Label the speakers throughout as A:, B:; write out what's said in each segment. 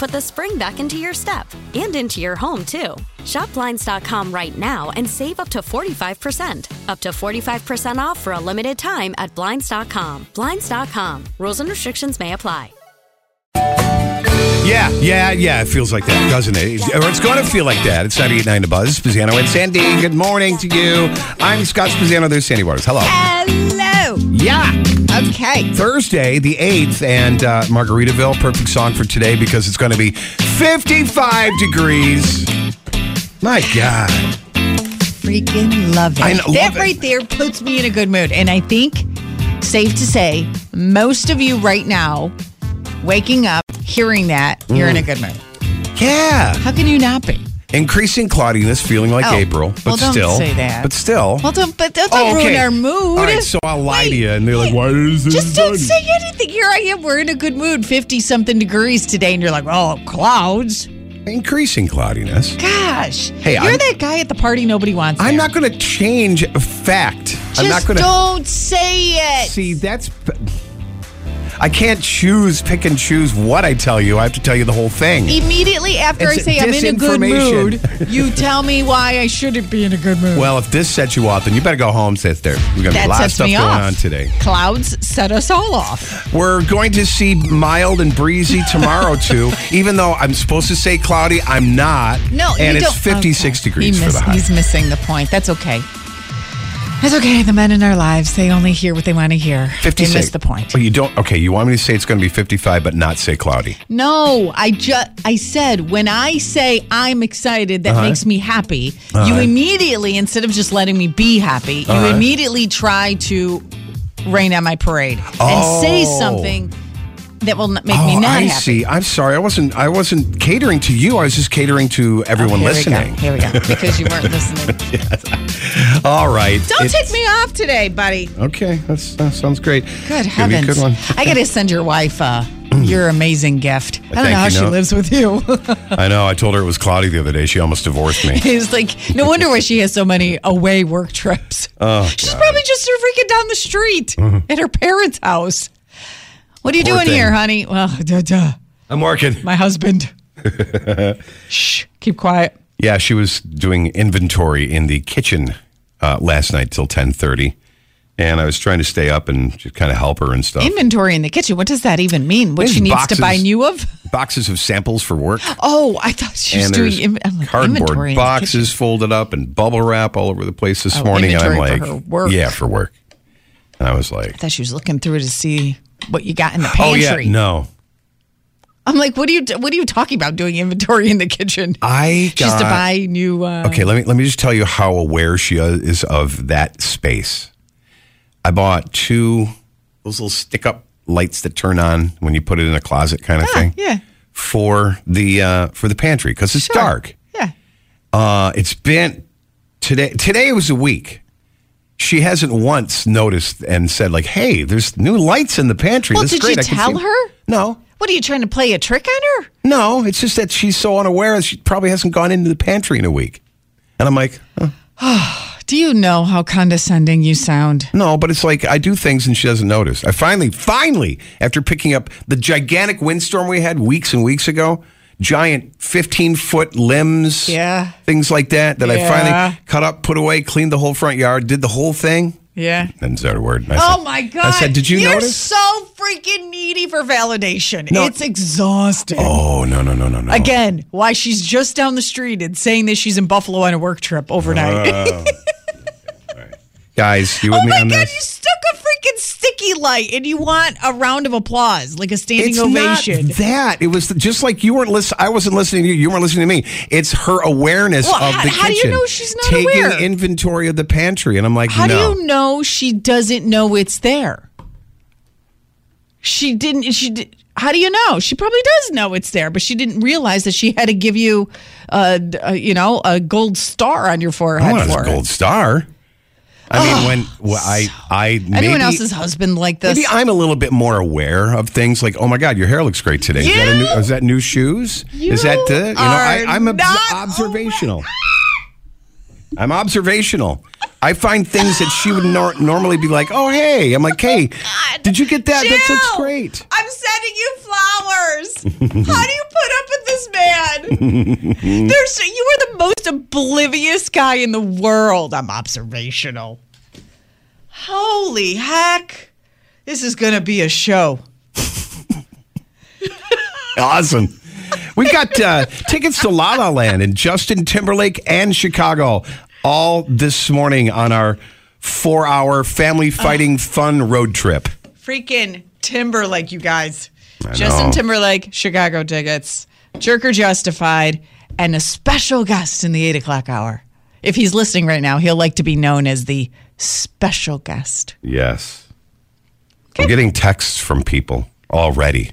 A: put the spring back into your step and into your home, too. Shop Blinds.com right now and save up to 45%. Up to 45% off for a limited time at Blinds.com. Blinds.com. Rules and restrictions may apply.
B: Yeah, yeah, yeah. It feels like that, doesn't it? Or it's going to feel like that. It's 989 The Buzz. Spaziano and Sandy, good morning to you. I'm Scott Spaziano. There's Sandy Waters. Hello.
C: Hello.
B: Yeah.
C: Okay.
B: Thursday, the 8th, and uh, Margaritaville. Perfect song for today because it's going to be 55 degrees. My God.
C: Freaking love it.
B: I know,
C: that
B: love it.
C: right there puts me in a good mood. And I think, safe to say, most of you right now, waking up, hearing that, you're
B: Mm.
C: in a good mood.
B: Yeah.
C: How can you not be?
B: Increasing cloudiness, feeling like
C: Oh,
B: April, but
C: well, don't
B: still.
C: say that.
B: But still.
C: Well, don't, but don't,
B: Oh,
C: don't ruin our mood.
B: All right, so I'll lie to
C: Wait,
B: you, and they're like, "Why
C: wait.
B: is this?"
C: Just don't
B: done?"
C: say anything. Here I am. We're in a good mood, 50 something degrees today. And you're like, oh, clouds.
B: Increasing cloudiness.
C: Gosh.
B: Hey,
C: you're
B: I'm-
C: that guy at the party nobody wants.
B: I'm
C: there.
B: not going to change a fact.
C: Just
B: I'm not going to
C: don't say it.
B: see. That's. I can't choose, pick and choose what I tell you. I have to tell you the whole thing.
C: Immediately after I
B: It's
C: say I'm in a good mood,
B: disinformation.
C: you tell me why I shouldn't be in a good mood.
B: Well, if this sets you off, then you better go home. Sit there. We're going to be a
C: that
B: lot of
C: sets
B: stuff
C: me
B: going
C: off.
B: on today.
C: Clouds set us all off.
B: We're going to see mild and breezy tomorrow too. Even though I'm supposed to say cloudy, I'm not.
C: No,
B: and
C: you
B: it's
C: don't.
B: 56
C: okay.
B: degrees
C: He
B: for
C: miss-
B: the high.
C: He's missing the point. That's okay. That's okay. The men in our lives, they only hear what they want to hear. They miss the point.
B: Oh, you don't. Okay, you want me to say it's going to be 55, but not say cloudy.
C: No, I just I said when I say I'm excited,
B: Uh-huh.
C: that makes me happy. You immediately, instead of just letting me be happy,
B: Uh-huh.
C: you immediately try to rain on my parade and say
B: Oh.
C: something that will not make
B: oh,
C: me not
B: I
C: happy.
B: see. I'm sorry. I wasn't. I wasn't catering to you. I was just catering to everyone
C: Oh, Here
B: listening.
C: We go. Here we go. Because you weren't listening.
B: All right.
C: Don't
B: It-
C: take me off today, buddy.
B: Okay, that's, that sounds great.
C: Good
B: Give me a
C: heavens.
B: good one.
C: I gotta send your wife uh, your amazing gift. I don't
B: Thank
C: know how
B: you,
C: she
B: no.
C: lives with you.
B: I know. I told her it was cloudy the other day. She almost divorced me.
C: It's like no wonder why she has so many away work trips.
B: Oh,
C: She's probably just freaking down the street at her parents' house. What are you
B: Mm-hmm. Poor
C: doing
B: thing.
C: here, honey? Well, duh, duh,
B: I'm working.
C: my husband. Shh, keep quiet.
B: Yeah, she was doing inventory in the kitchen uh, last night till 10:30, and I was trying to stay up and just kind of help her and stuff.
C: Inventory in the kitchen. What does that even mean? What
B: There's
C: she needs
B: boxes.
C: to buy new of?
B: Boxes of samples for work.
C: Oh, I thought she was
B: and
C: doing
B: there's
C: in- I'm like, inventory
B: cardboard
C: in the kitchen.
B: boxes folded up and bubble wrap all over the place this
C: Oh,
B: morning. And I'm
C: inventory
B: like,
C: for her work.
B: yeah, for work. And I was like,
C: I thought she was looking through to see what you got in the
B: oh
C: pantry.
B: yeah, no,
C: I'm like, what are you? What are you talking about? Doing inventory in the kitchen?
B: I
C: She's to
B: got-
C: buy new. Uh,
B: Okay, let me let me just tell you how aware she is of that space. I bought two those little stick up lights that turn on when you put it in a closet kind of
C: Ah, Yeah,
B: thing.
C: yeah.
B: For the uh, for the pantry because it's dark.
C: Yeah.
B: Uh, it's been today. Today was a week. She hasn't once noticed and said like, "Hey, there's new lights in the pantry."
C: Well,
B: this is
C: did you
B: great. I can
C: tell
B: see-"
C: her?
B: No,
C: What are you trying to play a trick on her?
B: no. It's just that she's so unaware. She probably hasn't gone into the pantry in a week. And I'm like,
C: Do you know how condescending you sound?
B: No, but it's like I do things and she doesn't notice. I finally, finally, after picking up the gigantic windstorm we had weeks and weeks ago, giant 15 foot limbs,
C: Yeah.
B: things like that, that I
C: Yeah.
B: finally cut up, put away, cleaned the whole front yard, did the whole thing.
C: Yeah.
B: Then said a word. and I
C: Oh
B: said-
C: my god!
B: I said, Did you
C: You're
B: notice?
C: so freaking needy for validation.
B: No.
C: It's exhausting.
B: oh, no, no, no, no, no.
C: Again, why she's just down the street and saying that she's in Buffalo on a work trip overnight.
B: Oh. Guys, you with
C: oh
B: Uh, me
C: my
B: on
C: god!
B: this?
C: You stuck a freaking sticky light, and you want a round of applause, like a standing
B: It's
C: ovation.
B: not that. It was just like you weren't listening. I wasn't listening to you. You weren't listening to me. It's her awareness
C: Well,
B: of
C: how-
B: the kitchen.
C: how do you know she's not
B: taking
C: aware?
B: inventory of the pantry? And I'm like,
C: How
B: no.
C: do you know she doesn't know it's there? She didn't. She did. How do you know? She probably does know it's there, but she didn't realize that she had to give you, uh, d- uh, you know, a gold star on your
B: I
C: forehead
B: want
C: for
B: a
C: it.
B: gold star. I mean, when well, I I maybe,
C: Anyone else's husband like this?
B: maybe I'm a little bit more aware of things like, oh my God, your hair looks great today. Is, that, a
C: You-
B: new, is that new shoes? is that the you know? I,
C: are
B: I'm obs-
C: not
B: observational. I'm observational. I find things that she would nor- normally be like, oh hey, I'm like, hey, did you get that? That's that's
C: Jill,
B: great.
C: I'm sending you flowers. How do you put up with this man? There's you are the most oblivious guy in the world. I'm observational. Holy heck. This is going to be a show.
B: Awesome. We've got uh, tickets to La La Land and Justin Timberlake and Chicago all this morning on our four hour family fighting fun road trip.
C: Freaking Timberlake, you guys.
B: I
C: Justin
B: know.
C: Timberlake, Chicago tickets, Jerker Justified, and a special guest in the eight o'clock hour. If he's listening right now, he'll like to be known as the special guest.
B: Yes. I'm getting texts from people already.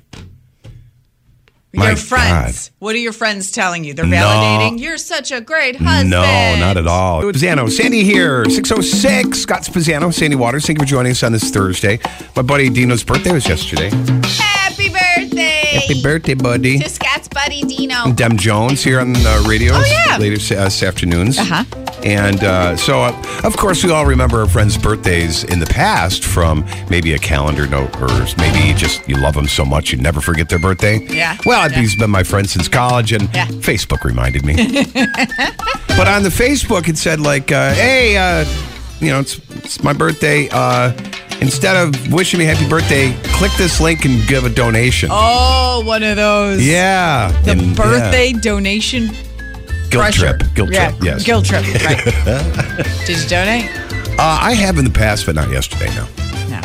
B: My
C: your friends. What are your friends telling you? They're validating. You're such a great husband.
B: No, not at all. Pizzano, Sandy here, 606, Scott Pizzano, Sandy Waters. Thank you for joining us on this Thursday. My buddy Dino's birthday was yesterday.
D: Happy birthday
B: Happy birthday, buddy.
D: to Scott's buddy Dino.
B: Dem Jones here on the radio
C: Oh, yeah.
B: later s- uh, this afternoons.
C: Uh-huh.
B: And uh, so, uh, of course, we all remember our friends' birthdays in the past from maybe a calendar note or maybe just you love them so much you never forget their birthday.
C: Yeah.
B: Well, I've he's been my friend since college, and
C: Yeah.
B: Facebook reminded me. but on the Facebook, it said like, uh, "Hey, uh, you know, it's, it's my birthday. Uh, instead of wishing me happy birthday, click this link and give a donation."
C: Oh, one of those.
B: Yeah.
C: The
B: And- yeah.
C: birthday donation
B: Guilt
C: crusher.
B: trip. Guilt
C: yeah.
B: trip. Yes.
C: Guilt trip. Right. Did you donate?
B: Uh, I have in the past, but not yesterday. No.
C: No.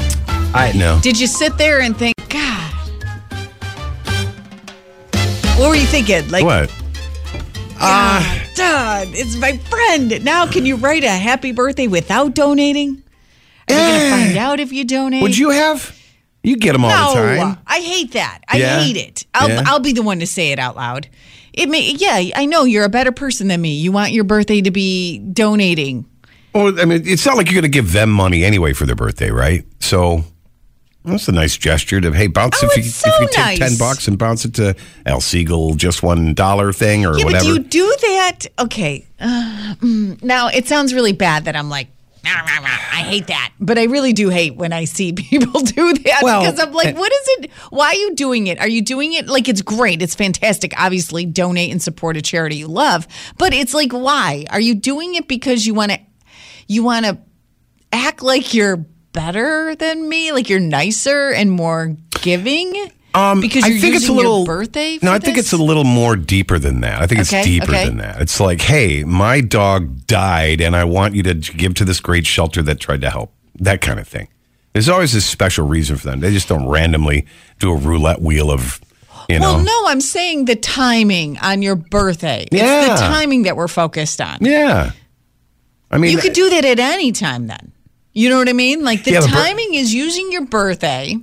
B: I know.
C: Did you sit there and think, God? What were you thinking? Like, "Ah,
B: What?
C: "God, Don, it's my friend. Now, can you write a happy birthday without donating? Are we
B: Eh.
C: gonna find out if you donate?
B: Would you have? You get them all
C: no,
B: the time.
C: I hate that. I
B: Yeah?
C: hate it. I'll,
B: Yeah?
C: I'll be the one to say it out loud. It may, yeah, I know you're a better person than me. You want your birthday to be donating.
B: Well, I mean, it's not like you're going to give them money anyway for their birthday, right? So that's a nice gesture to hey, bounce
C: Oh,
B: if you
C: it's so
B: if you take
C: nice.
B: ten bucks and bounce it to Al Siegel, just one dollar thing or
C: Yeah,
B: whatever.
C: but do you do that? Okay. Uh, mm, now it sounds really bad that I'm like, "Nah, nah, nah, I hate that, but I really do hate when I see people do that
B: Well,
C: because I'm like,
B: eh.
C: what is it? Why are you doing it? Are you doing it like it's great? It's fantastic. Obviously, donate and support a charity you love, but it's like, why are you doing it? Because you want to, you want to act like you're better than me, like you're nicer and more giving. Um, because you're using your birthday.
B: no,
C: for
B: I think
C: this?
B: it's a little more deeper than that. I think
C: Okay,
B: it's deeper
C: okay.
B: than that. It's like, hey, my dog died, and I want you to give to this great shelter that tried to help. That kind of thing. There's always a special reason for them. They just don't randomly do a roulette wheel of, you know.
C: Well, no, I'm saying the timing on your birthday.
B: Yeah.
C: It's the timing that we're focused on.
B: Yeah. I mean,
C: You could do that at any time then. You know what I mean? Like the
B: Yeah, the bir-
C: timing is using your birthday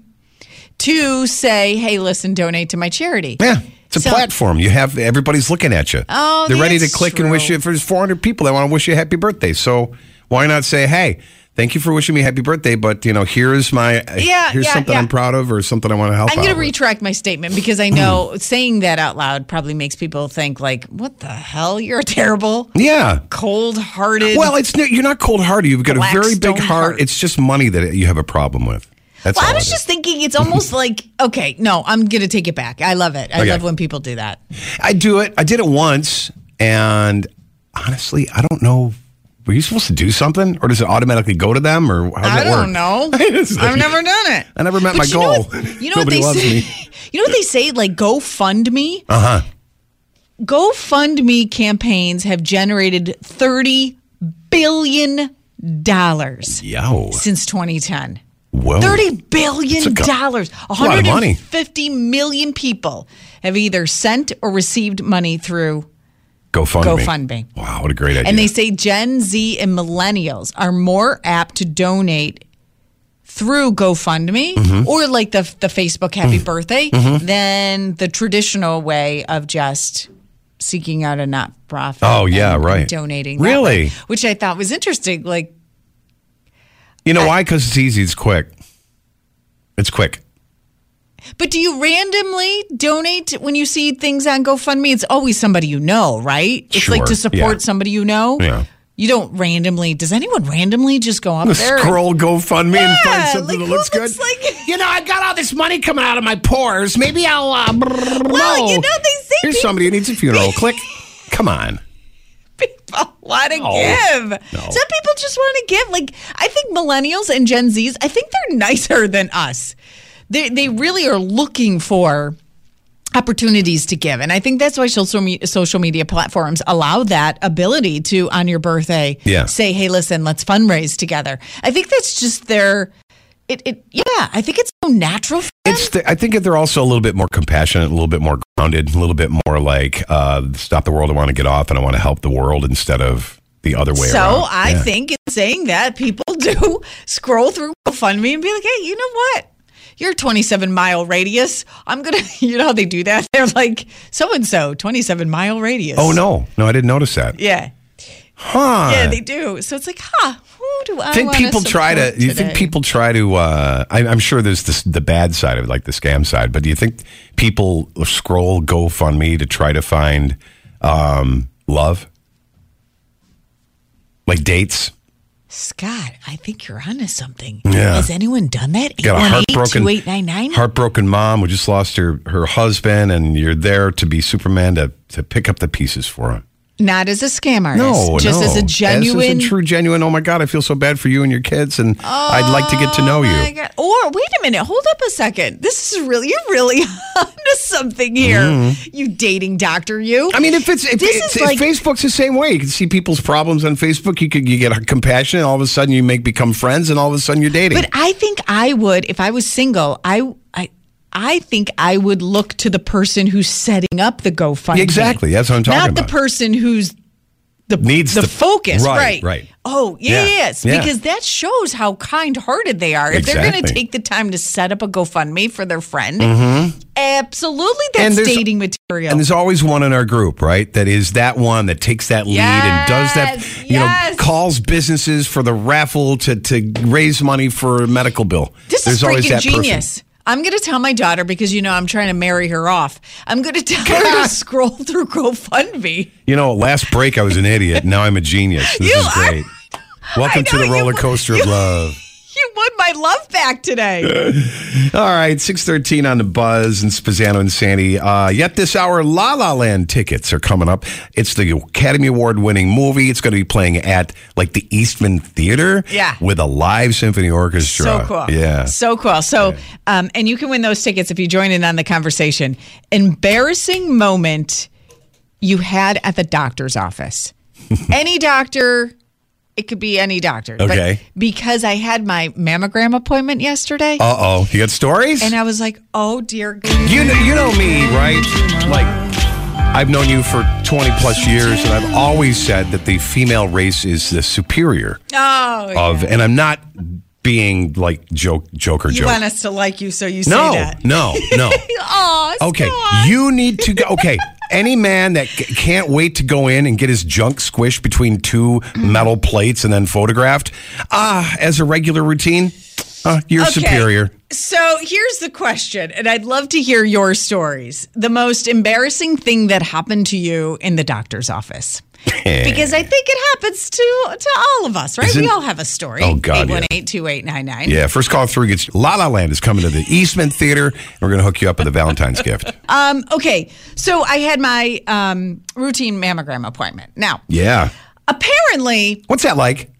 C: to say, hey, listen, donate to my charity.
B: Yeah. It's a
C: So-
B: platform. You have everybody's looking at you.
C: Oh,
B: they're ready to
C: that's
B: click and wish
C: true.
B: you. If there's 400 people that want to wish you a happy birthday, so why not say, "Hey, thank you for wishing me happy birthday, but you know, here's my
C: Yeah,
B: here's
C: yeah,
B: something
C: yeah.
B: I'm proud of or something I want to help.
C: I'm going
B: out
C: to
B: with.
C: retract my statement because I know saying that out loud probably makes people think like, "What the hell? You're terrible,
B: Yeah.
C: cold-hearted."
B: Well, it's no- you're not cold hearted. You've got a very
C: Blackstone
B: big heart.
C: heart.
B: It's just money that you have a problem with. That's
C: Well,
B: all it
C: I was
B: is.
C: just thinking it's almost like, okay, no, I'm going to take it back. I love it. I
B: Okay.
C: love when people do that.
B: I do it. I did it once, and honestly, I don't know. Were you supposed to do something, or does it automatically go to them, or how does
C: I
B: that work?
C: don't know.
B: It's like-
C: I've never done it.
B: I never met my
C: But you know
B: goal.
C: what- you know
B: Nobody
C: what
B: loves
C: they say?
B: me.
C: You know what they say? Like GoFundMe.
B: Uh huh.
C: GoFundMe campaigns have generated thirty billion dollars
B: Yo.
C: since 2010.
B: Whoa.
C: Thirty billion
B: Oh. It's a co-
C: dollars.
B: a lot of money.
C: 150 million people have either sent or received money through
B: GoFundMe.
C: GoFundMe.
B: Wow, what a great idea.
C: And they say Gen Z and millennials are more apt to donate through GoFundMe
B: Mm-hmm.
C: or like the the Facebook Happy Birthday than the traditional way of just seeking out a not profit.
B: Oh, yeah, right.
C: Donating that
B: Really?
C: way, which I thought was interesting. Like
B: you know why? Because it's easy. It's quick. It's quick.
C: But do you randomly donate when you see things on GoFundMe? It's always somebody you know, right? It's like
B: Sure,
C: to support
B: yeah.
C: somebody you know.
B: Yeah.
C: You don't randomly. Does anyone randomly just go up there? and-
B: Scroll GoFundMe and find
C: Yeah,
B: something
C: like,
B: that looks
C: who
B: good.
C: looks like-
B: you know, I got all this money coming out of my pores. Maybe I'll. Uh,
C: Well,
B: well,
C: you know they say
B: Here's
C: people-
B: somebody who needs a funeral. Click. Come on.
C: people want to
B: No.
C: give.
B: No.
C: Some people just want to give. Like I think millennials and Gen Zs, I think they're nicer than us. They they really are looking for opportunities to give, and I think that's why social me- social media platforms allow that ability to on your birthday
B: Yeah.
C: say, "Hey, listen, let's fundraise together." I think that's just their. It, it yeah, I think it's so natural. For them.
B: It's. The, I think that they're also a little bit more compassionate, a little bit more grounded, a little bit more like uh, stop the world. I want to get off, and I want to help the world instead of the other way
C: So
B: around.
C: I
B: Yeah.
C: think in saying that, people do scroll through GoFundMe and be like, hey, you know what? Your 27 mile radius. I'm going to, you know how they do that? They're like, so and so, 27 mile radius.
B: Oh no, no, I didn't notice that.
C: Yeah.
B: Huh?
C: Yeah, they do. So it's like, huh, who do I
B: I think
C: wanna
B: people try to.
C: support
B: You think
C: today?
B: people try to? Uh, I, I'm sure there's this, the bad side of it, like the scam side, but do you think people scroll GoFundMe to try to find um, love, like dates?
C: Scott, I think you're onto something.
B: Yeah.
C: Has anyone done that?
B: Got a heartbroken,
C: 818-2899?
B: heartbroken mom who just lost her her husband, and you're there to be Superman to to pick up the pieces for him.
C: Not as a scam artist.
B: No,
C: Just
B: no.
C: as a genuine. Oh,
B: as a true genuine. Oh my God, I feel so bad for you and your kids, and I'd like to get to know you.
C: I got- Or wait a minute, hold up a second. This is really you're really onto something here. You dating doctor, you.
B: Mm-hmm. I mean, if it's if,
C: This
B: it's,
C: is
B: if
C: like-
B: Facebook's the same way, you can see people's problems on Facebook. You could you get compassion, and all of a sudden you make become friends, and all of a sudden you're dating.
C: but I think I would if I was single. I I I think I would look to the person who's setting up the GoFundMe.
B: Exactly, that's what I'm talking
C: Not
B: about.
C: the person who's the
B: Needs
C: the
B: to-
C: focus,
B: right,
C: right?
B: right.
C: Oh
B: Yeah,
C: yes,
B: yeah.
C: because that shows how kind-hearted they are. If they're going to
B: Exactly.
C: take the time to set up a GoFundMe for their friend, absolutely,
B: Mm-hmm. And
C: that's
B: there's-
C: dating material.
B: and there's always one in our group, right? That is that one that takes that lead and does that, you
C: Yes, yes.
B: know, calls businesses for the raffle to, to raise money for a medical bill.
C: This
B: There's
C: is
B: always
C: freaking
B: that person.
C: genius. I'm going to tell my daughter because you know I'm trying to marry her off. I'm going to tell her to scroll through GoFundMe.
B: You know, last break I was an idiot. Now I'm a genius. This
C: You
B: is
C: are-
B: great. Welcome to
C: know,
B: the
C: you-
B: roller coaster of
C: you-
B: love.
C: You won my love back today.
B: All right, 613 on the buzz and Spazzano and Sandy. Uh, yet this hour, La La Land tickets are coming up. It's the Academy Award winning movie. It's going to be playing at like the Eastman Theater
C: Yeah.
B: with a live symphony orchestra.
C: So cool.
B: Yeah.
C: So cool. So, um, and you can win those tickets if you join in on the conversation. Embarrassing moment you had at the doctor's office. any doctor, it could be any doctor. but
B: Okay.
C: because I had my mammogram appointment yesterday.
B: Uh oh. You got stories?
C: and I was like, oh dear God.
B: you, know, you know me, right? Like, I've known you for 20 plus years, and I've always said that the female race is the superior
C: Oh,
B: of, and I'm not being like joke, joker,
C: You
B: joke.
C: want us to like you, so you say
B: no,
C: that.
B: no, no.
C: Oh,
B: Okay, you need to go. Okay, Any man that c- can't wait to go in and get his junk squished between two metal plates and then photographed, ah, as a regular routine, ah, you're
C: Okay.
B: superior.
C: So here's the question, and I'd love to hear your stories. The most embarrassing thing that happened to you in the doctor's office. because I think it happens to to all of us, right? we
B: Isn't-
C: all have a story.
B: Oh, God, yeah.
C: 818-2899.
B: Yeah, first call through gets La La Land is coming to the Eastman Theater, and we're going to hook you up with a Valentine's gift.
C: Um, okay. So I had my um, routine mammogram appointment. Now,
B: Yeah.
C: apparently
B: What's that like?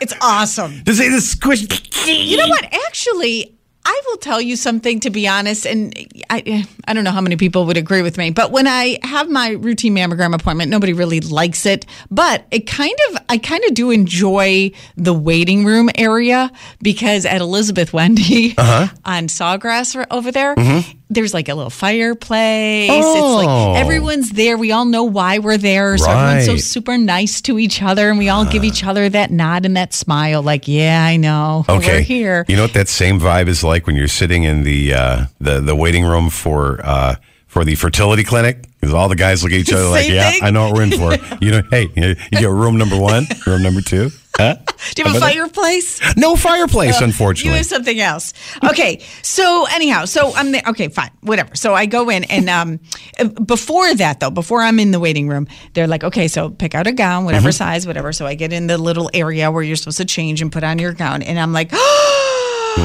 C: it's awesome.
B: Does it just squish?
C: You know what? Actually, I will tell you something to be honest, and I I don't know how many people would agree with me, but when I have my routine mammogram appointment, nobody really likes it. But it kind of I kind of do enjoy the waiting room area because at Elizabeth Wendy
B: Uh-huh.
C: on Sawgrass or- over there, there's like a little fireplace. It's
B: Mm-hmm. Oh.
C: like everyone's there. We all know why we're there. So everyone's so
B: Right. Uh-huh.
C: super nice to each other, and we all give each other that nod and that smile, like, yeah, I know.
B: Okay.
C: We're here.
B: You know what that same vibe is like when you're sitting in the uh, the the waiting room for uh, for the fertility clinic because all the guys look at each other like,
C: Same
B: "Yeah,
C: thing?
B: I know what we're in for." you know, hey, you you get room number one, room number two. Huh?
C: Do you have a fireplace?
B: No fireplace,
C: You
B: unfortunately.
C: have something else. Okay. So anyhow, so I'm there. Okay, fine, whatever. So I go in, and um, before that though, before I'm in the waiting room, they're like, okay, so pick out a gown, whatever
B: Mm-hmm.
C: size, whatever. So I get in the little area where you're supposed to change and put on your gown, and I'm like,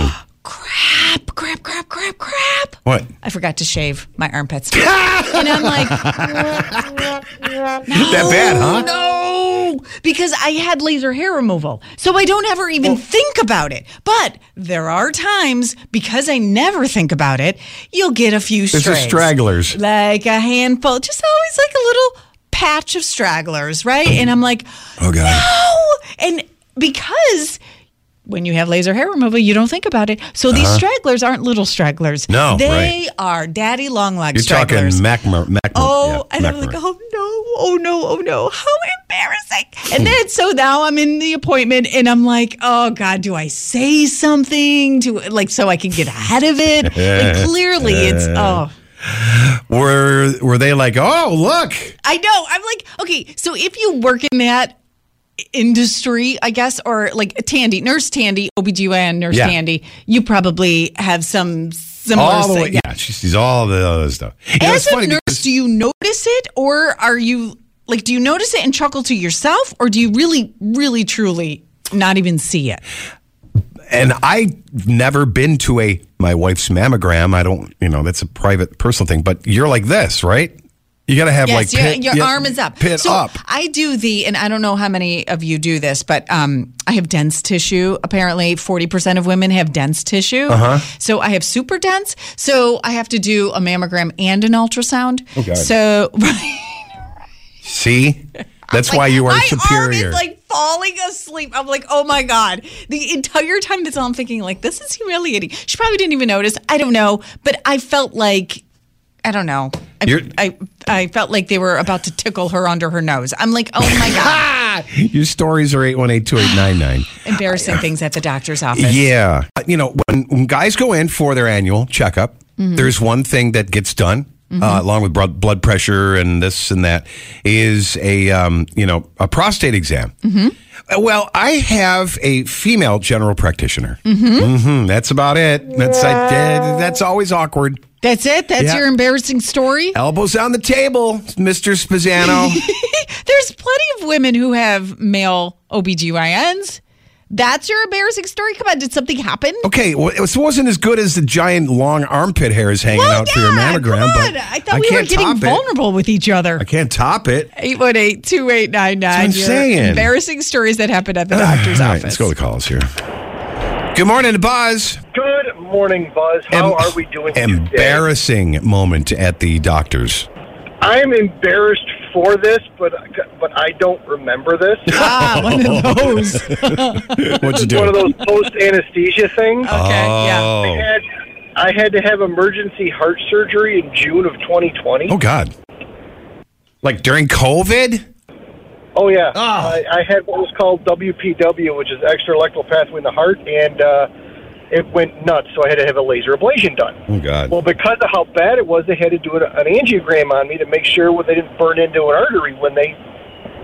C: crap, crap, crap, crap, crap.
B: Hmm. What?
C: I forgot to shave my armpits, and I'm like.
B: That bad, huh?
C: Oh, No, because I had laser hair removal. So I don't ever
B: Oh.
C: even think about it. But there are times, because I never think about it, you'll get a few
B: There's the
C: strays.
B: stragglers.
C: Like a handful, just always like a little patch of stragglers, right? And I'm like,
B: Oh god.
C: oh, and because. When you have laser hair removal, you don't think about it. So these stragglers aren't little stragglers.
B: Uh-huh. No,
C: they
B: right.
C: are daddy long leg
B: You're talking
C: stragglers.
B: macmer. macmer
C: Oh,
B: yeah,
C: and I'm like,
B: macmer.
C: oh no, oh no, oh no, how embarrassing. And then, so now I'm in the appointment and I'm like, oh God, do I say something to like so I can get ahead of it? Like, clearly it's, oh,
B: Were were they like, oh look,
C: I know. I'm like, okay, so if you work in that industry, I guess, or like Tandy, Nurse Tandy, OBGYN Nurse
B: Yeah.
C: Tandy, you probably have some similar.
B: all the
C: se-
B: way? Yeah, she sees all the other stuff. You know,
C: As
B: it's
C: a
B: funny
C: nurse,
B: because-
C: do you notice it or are you like, do you notice it and chuckle to yourself or do you really, really, truly not even see it?
B: and I've never been to a my wife's mammogram. I don't, you know, that's a private personal thing. But you're like this, right? You got to have like
C: your,
B: pit-
C: your
B: yeah,
C: arm is up.
B: pit
C: so
B: up.
C: I do the, and I don't know how many of you do this, but um, I have dense tissue. Apparently, forty percent of women have dense tissue. Uh-huh. So I have super dense. So I have to do a mammogram and an ultrasound.
B: Oh, God.
C: So
B: See, that's why you are
C: my
B: superior.
C: arm is like falling asleep. I'm like, oh my god. The entire time that's all I'm thinking, like, this is humiliating. She probably didn't even notice. I don't know, but I felt like, I don't know.
B: You're-
C: I, I I felt like they were about to tickle her under her nose. I'm like, oh my god,
B: ah, your stories are eight one eight two eight nine nine.
C: embarrassing things at the doctor's office.
B: Yeah, uh, you know, when, when guys go in for their annual checkup,
C: Mm-hmm.
B: there's one thing that gets done. Uh, along with blood blood pressure and this and that, is a um, you know a prostate exam.
C: Mm-hmm.
B: Uh, Well, I have a female general practitioner.
C: Mm-hmm.
B: hmm That's about it. That's I, that- that's always awkward.
C: That's it. That's
B: Yeah.
C: your embarrassing story.
B: Elbows on the table, Mister Spazzano.
C: There's plenty of women who have male OBGYNs. That's your embarrassing story. Come on, did something happen?
B: okay, well, it wasn't as good as the giant long armpit hairs hanging
C: Well,
B: out for your
C: Oh, yeah, come
B: mammogram.
C: on.
B: But
C: I thought we were
B: can't
C: getting
B: top it.
C: vulnerable with each other.
B: I can't top it.
C: 818 2899.
B: That's what I'm saying. Ah,
C: Embarrassing stories that happened at the doctor's
B: All right,
C: office.
B: let's go to calls here. Good morning, Buzz.
E: Good morning, Buzz. How
B: Em-
E: are we doing today?
B: Embarrassing moment at the doctor's.
E: I'm embarrassed for this, but but I don't remember this.
C: Ah, one of those. okay,
B: What'd you do?
E: One of those post anesthesia things.
B: Oh.
C: yeah.
E: I, had, I had to have emergency heart surgery in June of 2020.
B: Oh God! Like during COVID?
E: Oh yeah,
B: Ah.
E: I, I had what was called WPW, which is extra electrical pathway in the heart, and uh, it went nuts, so I had to have a laser ablation done.
B: Oh, God.
E: Well, because of how bad it was, they had to do an, an angiogram on me to make sure well, they didn't burn into an artery when they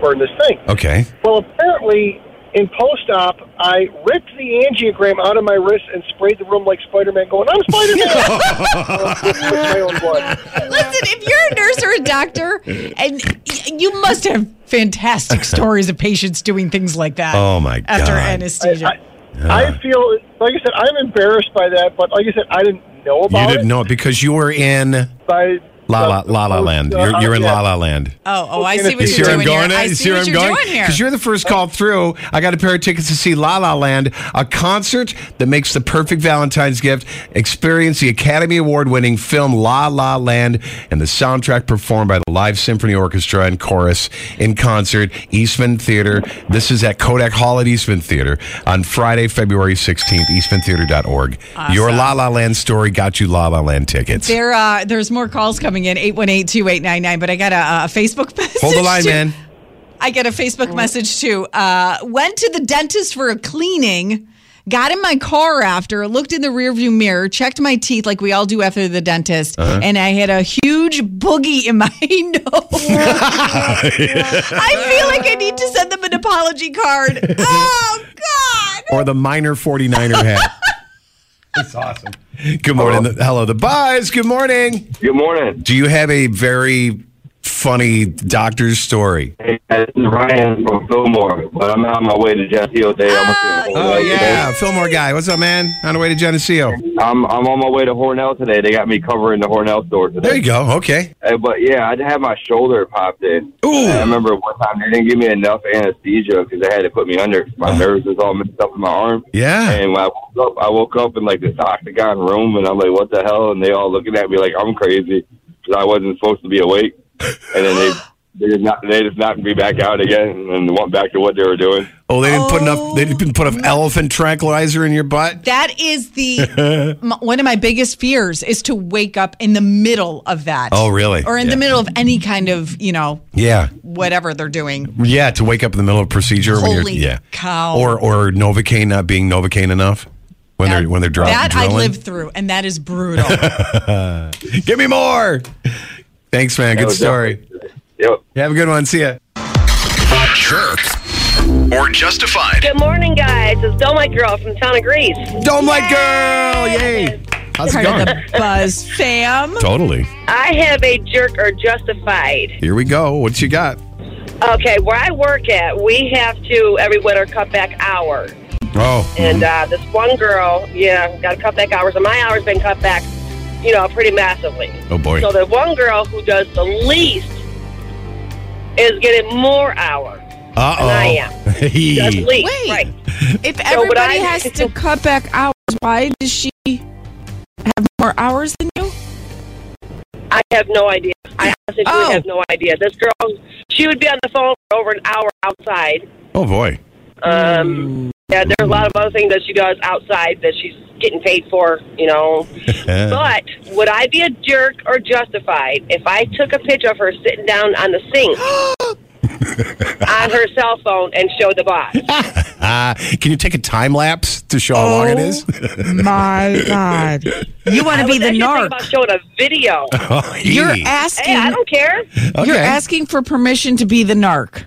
E: burned this thing.
B: Okay.
E: Well, apparently, in post op, I ripped the angiogram out of my wrist and sprayed the room like Spider Man, going, I'm Spider Man! my own blood.
C: Listen, if you're a nurse or a doctor, and y- you must have fantastic stories of patients doing things like that.
B: Oh, my
C: After
B: God.
C: anesthesia,
E: I, I feel, like I said, I'm embarrassed by that, but like I said, I didn't know
B: You
E: about
B: didn't
E: it.
B: know it because you were in
E: By
B: La La,
E: the-
B: la, la Land.
E: uh,
B: You're, you're in
E: yeah.
B: La La Land.
C: oh, oh, I see
E: You
C: what
B: You see
C: you're
B: where
C: doing
B: I'm going?
C: here.
B: at?
C: I
B: You
C: see
B: see where
C: what
B: I'm
C: you're
B: going?
C: doing here.
B: Because you're the first call through. I got a pair of tickets to see La La Land, a concert that makes the perfect Valentine's gift. Experience the Academy Award winning film La La Land and the soundtrack performed by the Live Symphony Orchestra and Chorus in concert, Eastman Theater. This is at Kodak Hall at Eastman Theater on Friday, February 16th, eastmantheater.org. Your La La Land story got you La La Land tickets.
C: There, uh, there's more calls coming in 818-2899, But I got a, a Facebook message.
B: Hold the line,
C: too.
B: man.
C: I get a Facebook message too. Uh, went to the dentist for a cleaning. Got in my car after, looked in the rearview mirror, checked my teeth like we all do after the dentist,
B: Uh-huh.
C: and I had a huge boogie in my nose. I feel like I need to send them an apology card. Oh God!
B: or the minor 49er hat. That's awesome. Good morning. Hello. the buys. Good morning.
F: Good morning.
B: Do you have a very funny doctor's story?
F: Hey, guys, this is Ryan from Fillmore, but I'm on my way to Jeff Hill Day. I'm,
B: Oh,
F: up here in Hornell
B: Fillmore guy. What's up, man? On the way to Geneseo.
F: today. I'm, I'm on my way to Hornell today. They got me covering the Hornell store today.
B: There you go. Okay.
F: Uh, but yeah, I had my shoulder popped in.
B: Ooh.
F: I remember one time they didn't give me enough anesthesia because they had to put me under. My nerves was all messed up in my arm.
B: Uh-huh. Yeah.
F: And when I woke up, I woke up in like this octagon room, and I'm like, "What the hell?" And they all looking at me like I'm crazy because I wasn't supposed to be awake. And then they they just knocked, they just knocked me back out again and went back to what they were doing.
B: Oh, they didn't put enough. They didn't put enough elephant tranquilizer in your butt.
C: That is the m- one of my biggest fears is to wake up in the middle of that.
B: Oh, really?
C: Or in
B: Yeah.
C: the middle of any kind of you know
B: Yeah,
C: whatever they're doing.
B: yeah. To wake up in the middle of a procedure. when
C: Holy
B: you're, yeah.
C: cow.
B: Or or Novocaine not being Novocaine enough when they're when they're dro-
C: that
B: drilling.
C: I lived through, and that is brutal.
B: Give me more. Thanks, man.
F: That
B: Good
F: was
B: story.
F: definitely- Yep.
B: Have a good one. See ya.
G: Jerk. Or justified.
H: Good morning, guys. It's Don't My Girl from Town of Greece.
B: Don't like girl. Yay. How's it
C: Part of
B: going?
C: the buzz fam.
B: Totally.
H: I have a jerk or justified.
B: Here we go. What you got?
H: Okay, where I work at, we have to every winter cut back hours.
B: Oh.
H: And uh, this one girl, yeah, got to cut back hours, and my hours been cut back, you know, pretty massively.
B: Oh, boy.
H: So the one girl who does the least is getting more hours.
B: Uh
H: I
B: oh.
H: am. Does least,
C: Wait.
H: right?
I: If
H: No,
I: everybody
H: but I-
I: has to cut back hours, why does she have more hours than you?
H: I have no idea. I honestly do
I: Oh.
H: have no idea. This girl, she would be on the phone for over an hour outside.
B: Oh, boy.
H: Um, yeah, there's a lot of other things that she does outside that she's getting paid for, you know. but would I be a jerk or justified if I took a picture of her sitting down on the sink on her cell phone and showed the boss?
B: Uh, can you take a time lapse to show how long it is?
I: My God.
C: You want to be
H: What
C: the
H: do you think
C: narc.
H: about showing a video.
B: Oh, hee.
I: You're
H: hey, I
I: asking
H: don't care.
B: okay.
I: you're asking for permission to be the narc.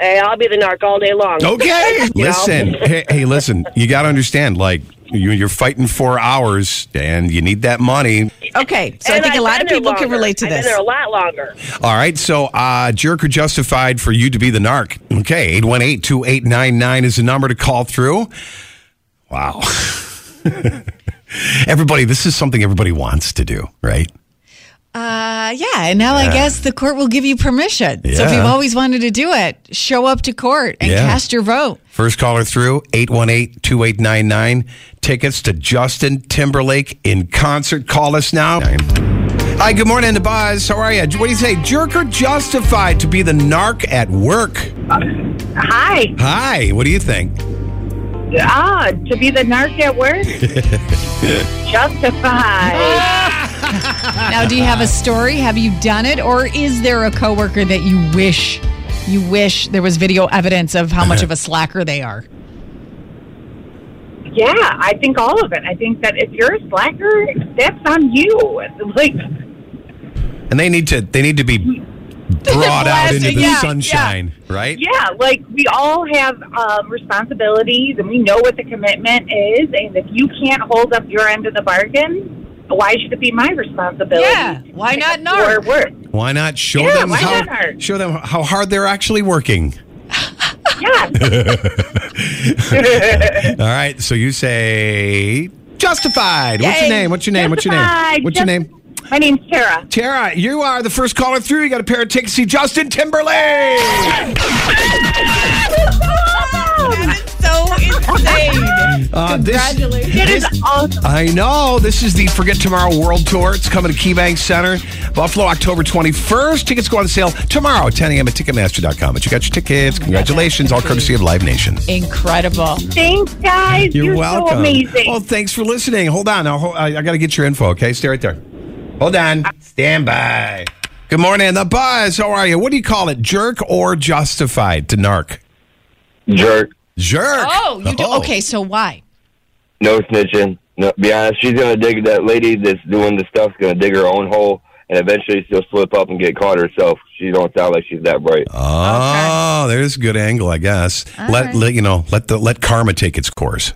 H: Hey, I'll be the narc all day long.
B: Okay.
H: You know?
B: listen. Hey, hey, listen. You got to understand, like, you- you're fighting four hours and you need that money.
I: Okay. So I
H: And
I: think
H: I've
I: a lot
H: been
I: of
H: there
I: people can
H: longer.
I: relate to
H: I've been
I: this.
H: there a lot longer.
B: All right, so uh, jerk or justified for you to be the narc. Okay, 818 2899 is the number to call through. Wow. everybody, this is something everybody wants to do, right?
C: Uh, yeah, and now I guess the court will give you permission. So if
B: Yeah.
C: you've always wanted to do it, show up to court and
B: Yeah.
C: cast your vote.
B: First caller through 818 2899. Tickets to Justin Timberlake in concert. Call us now. Hi, good morning, the buzz. How are you? What do you say? Jerk or justified to be the narc at work?
H: Hi.
B: Hi, what do you think?
H: Ah, to be the narc at work? Justified.
C: Now, do you have a story? Have you done it, or is there a coworker that you wish you wish there was video evidence of how much of a slacker they are?
J: Yeah, I think all of it. I think that if you're a slacker, that's on you. Like,
B: And they need to they need to be brought out into the sunshine, right?
J: yeah, like we all have um, responsibilities, and we know what the commitment is. And if you can't hold up your end of the bargain, why should it be my responsibility? Yeah, why not? No, or work.
B: Why not show
J: Yeah,
B: them
J: why
B: how
J: not hard?
B: show them how hard they're actually working?
J: Yeah.
B: All right, so you say justified. What's your
J: Yay.
B: name? What's your name? What's your name?
J: Justified.
B: What's your
J: Just-
B: name?
J: My name's Tara.
B: Tara, you are the first caller through. You got a pair of tickets to see Justin Timberlake.
C: so insane.
B: Uh, this-
C: Congratulations.
J: It is awesome.
B: I know. This is the Forget Tomorrow World Tour. It's coming to KeyBank Center, Buffalo, October 21st. Tickets go on sale tomorrow, 10 a.m. at Ticketmaster.com. But you got your tickets. Congratulations. All courtesy of Live Nation.
C: Incredible.
J: Thanks, guys.
B: You're,
J: You're,
B: welcome.
J: so amazing.
B: Oh, thanks for listening. Hold on. I'll, I, I got to get your info, okay? Stay right there. Hold on. Stand by. Good morning. The Buzz. How are you? What do you call it? Jerk or justified to narc?
F: Jerk.
B: Jerk.
C: Oh, you do.
B: Oh.
C: Okay, so why?
F: No snitching. No, be honest. She's gonna dig that lady that's doing the stuff's gonna dig her own hole, and eventually she'll slip up and get caught herself. She don't sound like she's that bright.
B: Oh, there's a good angle, I guess. let, let you know, let the let karma take its course.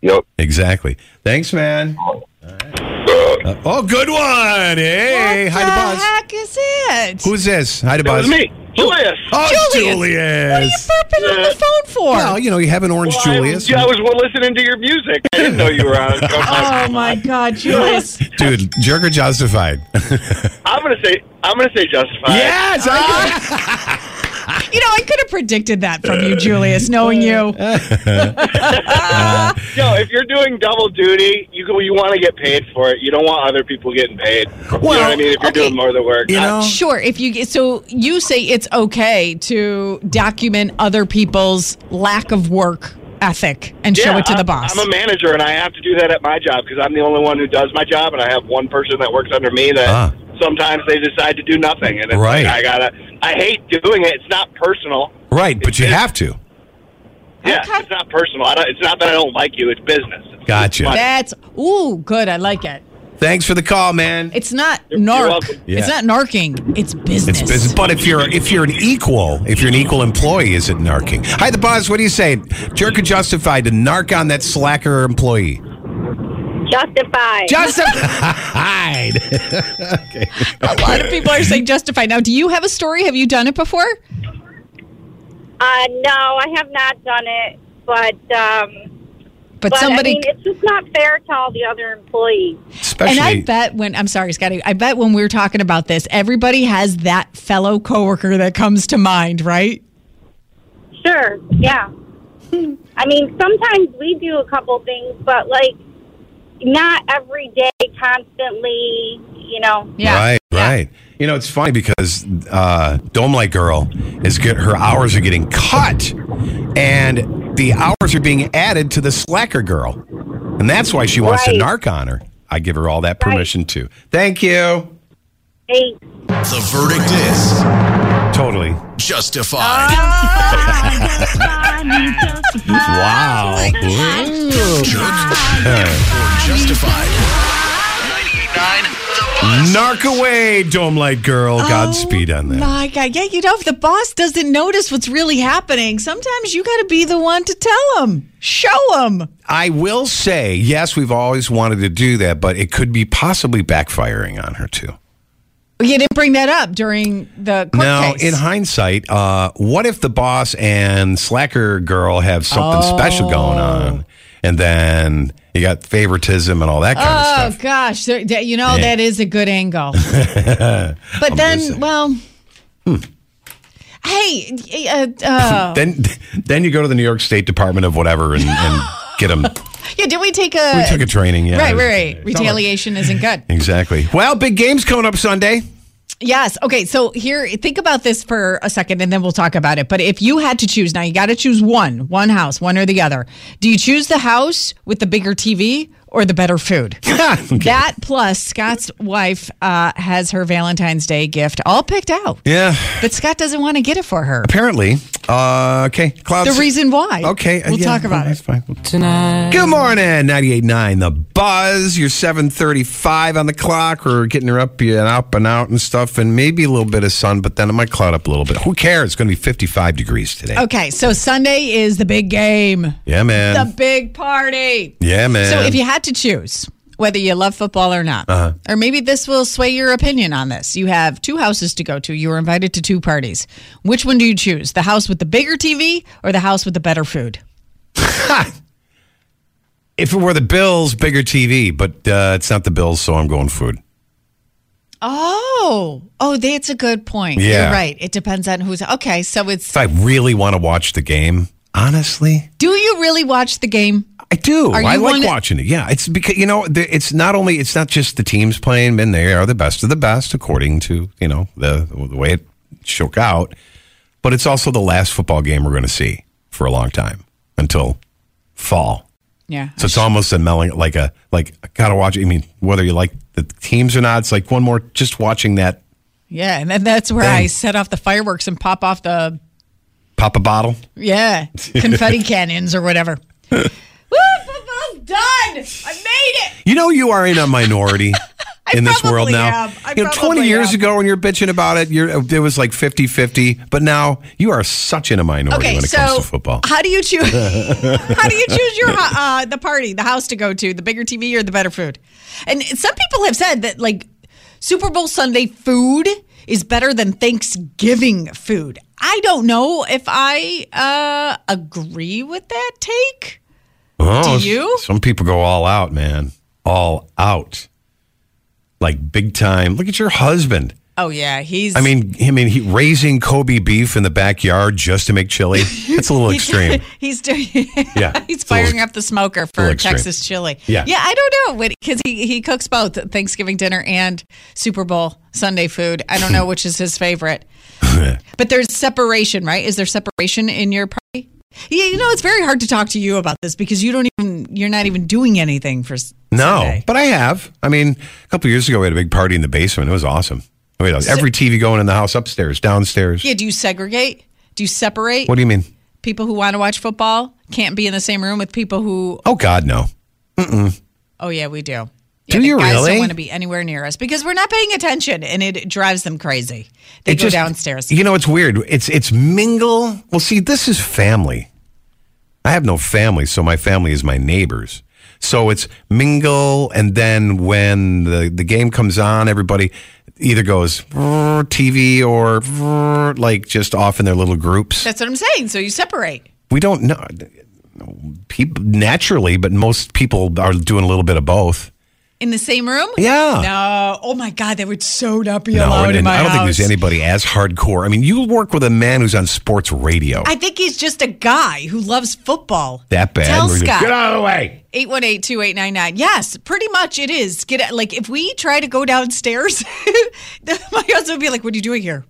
F: Yep.
B: Exactly. Thanks, man. Uh, oh, good one. Hey, hi to Buzz.
C: heck is it?
B: Who's this? Hi to
C: That
B: Buzz.
C: was me,
E: Julius.
B: Oh, it's
C: Julius.
B: Julius.
C: What are you burping on the phone for?
B: Well, you know, you have an orange
E: I,
B: Julius.
E: yeah, I was listening to your music. I didn't know you were on.
C: oh my God, Julius.
B: Dude, jerk or justified?
E: I'm gonna say I'm gonna say justified.
B: Yes,
C: I you know, I could have predicted that from you, Julius, knowing you.
E: Yo, if you're doing double duty, you go, you want to get paid for it. You don't want other people getting paid. you know what I mean? If you're
C: okay.
E: doing more of the work,
B: You
E: I-
B: know?
C: Sure. If you get so you say it's okay to document other people's lack of work ethic and show
E: Yeah,
C: it to
E: I'm-
C: the boss.
E: I'm a manager, and I have to do that at my job because I'm the only one who does my job, and I have one person that works under me that
B: Ah.
E: sometimes they decide to do nothing, and it's
B: Right.
E: like, I gotta. I hate doing it. It's not personal.
B: right, but you have to.
E: Yeah, it's not personal. I don't, it's not that I don't like you. It's business. It's
B: Gotcha.
C: That's ooh, good. I like it.
B: Thanks for the call, man.
C: It's not
E: you're
C: narc.
E: welcome.
B: Yeah.
C: It's not narking. It's business.
B: It's business. But if you're if you're an equal, if you're an equal employee, is it narking? Hi, the boss. What do you say? Jerk or justified to narc on that slacker employee?
D: Justified.
B: Justified. okay.
C: A lot of people are saying justified. Now, do you have a story? Have you done it before?
D: uh, no, I have not done it, but um,
C: But, somebody
D: I mean, it's just not fair to all the other employees.
B: Especially.
C: And I bet when I'm sorry, Scotty. I bet when we were talking about this, everybody has that fellow coworker that comes to mind, right?
D: Sure. Yeah. I mean, sometimes we do a couple things, but like not every day, constantly. You know.
B: Right, right. You know, it's funny because uh, Dome Light Girl is get her hours are getting cut, and the hours are being added to the slacker girl, and that's why she wants
D: Right.
B: to narc on her. I give her all that permission too. Thank you.
D: Hey,
G: The verdict is
B: Totally.
G: justified.
B: Wow.
G: Or justified. 989 The Buzz.
B: Narc away, Dome Light Girl. Godspeed on that.
C: My God, yeah, you know, if the boss doesn't notice what's really happening, sometimes you got to be the one to tell them, show them.
B: I will say, yes, we've always wanted to do that, but it could be possibly backfiring on her too.
C: Oh, You didn't bring that up during the court
B: Now,
C: case.
B: in hindsight, uh, what if the boss and slacker girl have something special
C: Oh.
B: going on, and then you got favoritism and all that kind
C: oh
B: of stuff?
C: gosh, there- that- you know
B: Yeah.
C: that is a good angle. but
B: just
C: then,
B: saying.
C: well,
B: Hmm.
C: hey, uh, uh,
B: Then, then you go to the New York State Department of whatever and, and get them.
C: yeah, did we take
B: We took a training, yeah.
C: Right, right, right. Retaliation isn't good.
B: Exactly. Well, big game's coming up Sunday.
C: Yes. Okay. So here, think about this for a second and then we'll talk about it. But if you had to choose, now you got to choose one, one house, one or the other. Do you choose the house with the bigger TV or the better food? That plus Scott's wife uh, has her Valentine's Day gift all picked out,
B: Yeah.
C: but Scott doesn't want to get it for her.
B: Apparently, Uh, okay. Clouds.
C: The reason why.
B: Okay.
C: We'll talk about
B: it. That's fine. Tonight. Good morning, 98.9 The Buzz. You're 735 on the clock. We're getting her up and up and out and stuff, and maybe a little bit of sun, but then it might cloud up a little bit. Who cares? It's going to be 55 degrees today.
C: Okay, so Sunday is the big game,
B: Yeah, man.
C: the big party.
B: yeah, man.
C: So if you had to choose whether you love football or not,
B: Uh-huh.
C: or maybe this will sway your opinion on this. You have two houses to go to. You were invited to two parties. Which one do you choose? The house with the bigger TV or the house with the better food?
B: if it were the Bills, bigger TV, but uh, it's not the Bills, so I'm going food.
C: Oh, oh, that's a good point.
B: Yeah.
C: You're right. It depends on who's okay. So it's
B: If I really want to watch the game, honestly,
C: do you really watch the game?
B: I do.
C: Are
B: I
C: you
B: like
C: one-
B: watching it. Yeah, it's because you know the- it's not only it's not just the teams playing, but they are the best of the best according to you know the the way it shook out. But it's also the last football game we're going to see for a long time until fall.
C: Yeah.
B: So it's almost a melling like a like I gotta watch. it. I mean, whether you like the teams or not, it's like one more just watching that
C: Yeah, and then that's where I
B: Dang.
C: set off the fireworks and pop off the
B: pop a bottle.
C: yeah confetti cannons or whatever. Woo, football's done! I made it.
B: You know, you are in a minority in this world
C: probably
B: now.
C: am. I
B: you know, 20
C: probably
B: years
C: am.
B: ago when you're bitching about it, you're, it was like 50 50, but now you are such in a minority
C: Okay,
B: when it
C: so
B: comes to football.
C: how do you choose? how do you choose your ho- uh, the party, the house to go to, the bigger TV or the better food? And some people have said that like Super Bowl Sunday food is better than Thanksgiving food. I don't know if I uh, agree with that take.
B: Oh,
C: do you?
B: Some people go all out, man. All out. Like big time. Look at your husband.
C: Oh yeah, he's.
B: I mean, I mean, he, raising Kobe beef in the backyard just to make chili. That's a little
C: He's-
B: extreme.
C: He's doing.
B: Yeah,
C: he's
B: it's a little-
C: firing up the smoker for
B: little extreme.
C: Texas chili.
B: Yeah.
C: yeah. I don't know because he he cooks both Thanksgiving dinner and Super Bowl Sunday food. I don't know
B: Hmm.
C: which is his favorite. but there's separation, right? Is there separation in your party? Yeah, you know it's very hard to talk to you about this because you don't even you're not even doing anything for. s-
B: No, but I have. I mean, a couple years ago, we had a big party in the basement. It was awesome. I mean, every TV going in the house, upstairs, downstairs.
C: Yeah, do you segregate? Do you separate
B: What do you mean?
C: people who want to watch football can't be in the same room with people who?
B: Oh God, no. Mm-mm.
C: Oh yeah, we do.
B: Do
C: the
B: you
C: guys
B: really?
C: don't want to be anywhere near us because we're not paying attention and it drives them crazy. They
B: It
C: go downstairs.
B: You know, it's weird. It's it's mingle. Well, see, this is family. I have no family, so my family is my neighbors. So it's mingle, and then when the the game comes on, everybody either goes "Brr," TV or "Brr," like just off in their little groups.
C: That's what I'm saying. So you separate.
B: We don't know. People naturally, but most people are doing a little bit of both.
C: In the same room?
B: Yeah.
C: No. Oh my God, they would so not be
B: No,
C: allowed
B: and,
C: in
B: and
C: my
B: I don't think
C: house.
B: there's anybody as hardcore. I mean, you work with a man who's on sports radio.
C: I think he's just a guy who loves football.
B: that bad.
C: Tell
B: We're gonna-
C: Scott.
B: Get out of the way.
C: 818-2899. Yes, pretty much it is. Get like if we try to go downstairs, my husband would be like, "What are you doing here?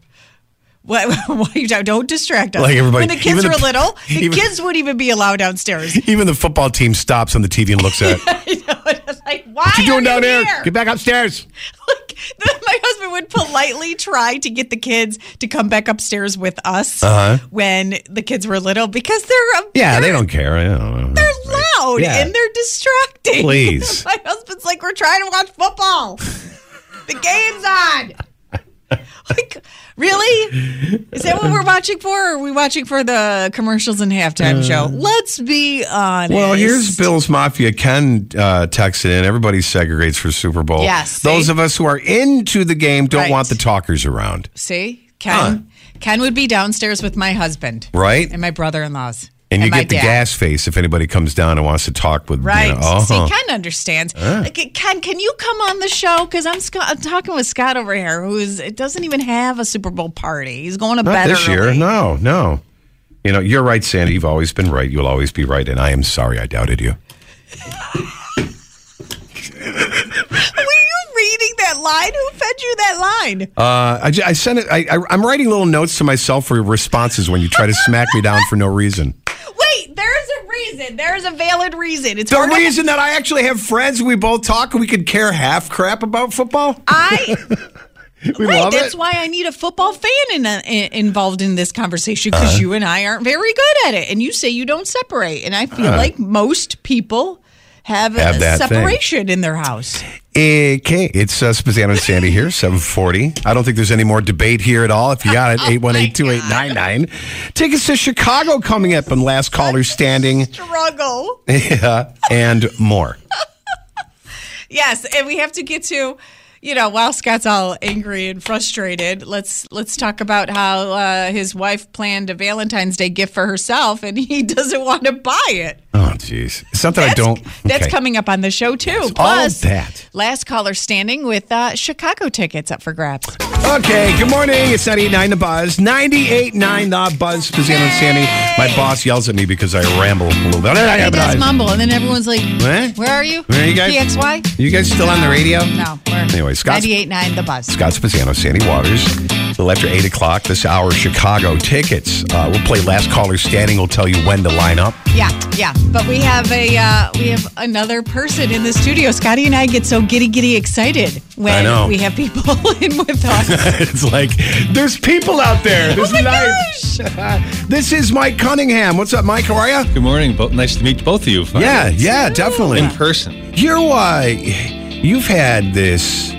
C: Why, why are you down? Don't distract us."
B: Like everybody-
C: when the kids
B: even the-
C: were little, the
B: even-
C: kids wouldn't even be allowed downstairs.
B: Even the football team stops on the TV and looks at it.
C: like, why
B: What you doing
C: are
B: down
C: you
B: here? Get back upstairs.
C: my husband would politely try to get the kids to come back upstairs with us
B: Uh-huh.
C: when the kids were little because they're a
B: Yeah, they don't care. I don't know.
C: they're loud
B: Yeah.
C: and they're distracting.
B: Please.
C: My husband's like, we're trying to watch football. the game's on. like, really? Is that what we're watching for? Or are we watching for the commercials and halftime show? Let's be honest.
B: Uh, Well, here's Bill's Mafia. Ken uh, texted in. Everybody segregates for Super Bowl.
C: Yes, see?
B: Those of us who are into the game don't
C: Right.
B: want the talkers around,
C: See, Ken. Ken would be downstairs with my husband
B: right?
C: and my brother-in-laws.
B: And you
C: my
B: get the
C: dad.
B: gas face if anybody comes down and wants to talk with you know,
C: Right.
B: uh-huh.
C: See, Ken understands.
B: Yeah.
C: Like, Ken, can you come on the show? Because I'm, Scott- I'm talking with Scott over here, who is it doesn't even have a Super Bowl party. He's going to
B: Not
C: bed
B: this
C: early.
B: year. No, no. You know, you're right, Sandy. You've always been right. You'll always be right. And I am sorry I doubted you.
C: Were you reading that line? Who fed you that line?
B: Uh, I, ju- I sent it. I, I, I'm writing little notes to myself for responses when you try to smack me down for no reason.
C: Wait, there is a reason. There is a valid reason. It's
B: The
C: hard to-
B: reason that I actually have friends, we both talk, and we could care half crap about football.
C: I
B: We
C: right,
B: love
C: Uh, that's
B: it.
C: why I need a football fan in, in, involved in this conversation because
B: Uh-huh.
C: you and I aren't very good at it. And you say you don't separate, and I feel
B: Uh-huh.
C: like most people have,
B: Have
C: a
B: that thing.
C: separation in their house.
B: Okay, it's uh, Spazzano and Sandy here, 740. I don't think there's any more debate here at all. If you
C: Oh
B: got it, 818 2899. Tickets to Chicago coming up and last caller standing.
C: Struggle.
B: Yeah, and more.
C: Yes, and we have to get to, you know, while Scott's all angry and frustrated, let's let's talk about how uh, his wife planned a Valentine's Day gift for herself, and he doesn't want to buy it.
B: Oh, jeez. Something I don't.
C: That's
B: okay.
C: coming up on the show too.
B: all
C: Plus,
B: that.
C: last caller standing with uh, Chicago tickets up for grabs.
B: Okay, good morning. It's 989 The Buzz. 989 The Buzz. Spazzano and Sandy. My boss yells at me because I ramble a little bit.
C: He does mumble, and then everyone's like,
B: Eh?
C: "Where are you?
B: Where are you guys?
C: PXY?
B: You guys still on the radio?
C: No, we're
B: Anyway, Scott's-
C: 98.9 The Buzz.
B: Scott Spaziano, Sandy Waters. Till after 8 o'clock this hour, Chicago tickets. Uh, we'll play Last Caller Standing. We'll tell you when to line up.
C: Yeah, yeah. But we have a uh, we have another person in the studio. Scotty and I get so giddy giddy excited
B: I
C: when
B: know.
C: we have people in with us.
B: it's like, there's people out there. There's
C: Oh my
B: life. this is Mike Cunningham. What's up, Mike? How are you?
K: Good morning. Bo- nice to meet both of you. finally.
B: Yeah, yeah, definitely.
K: In person.
B: You're why you've had this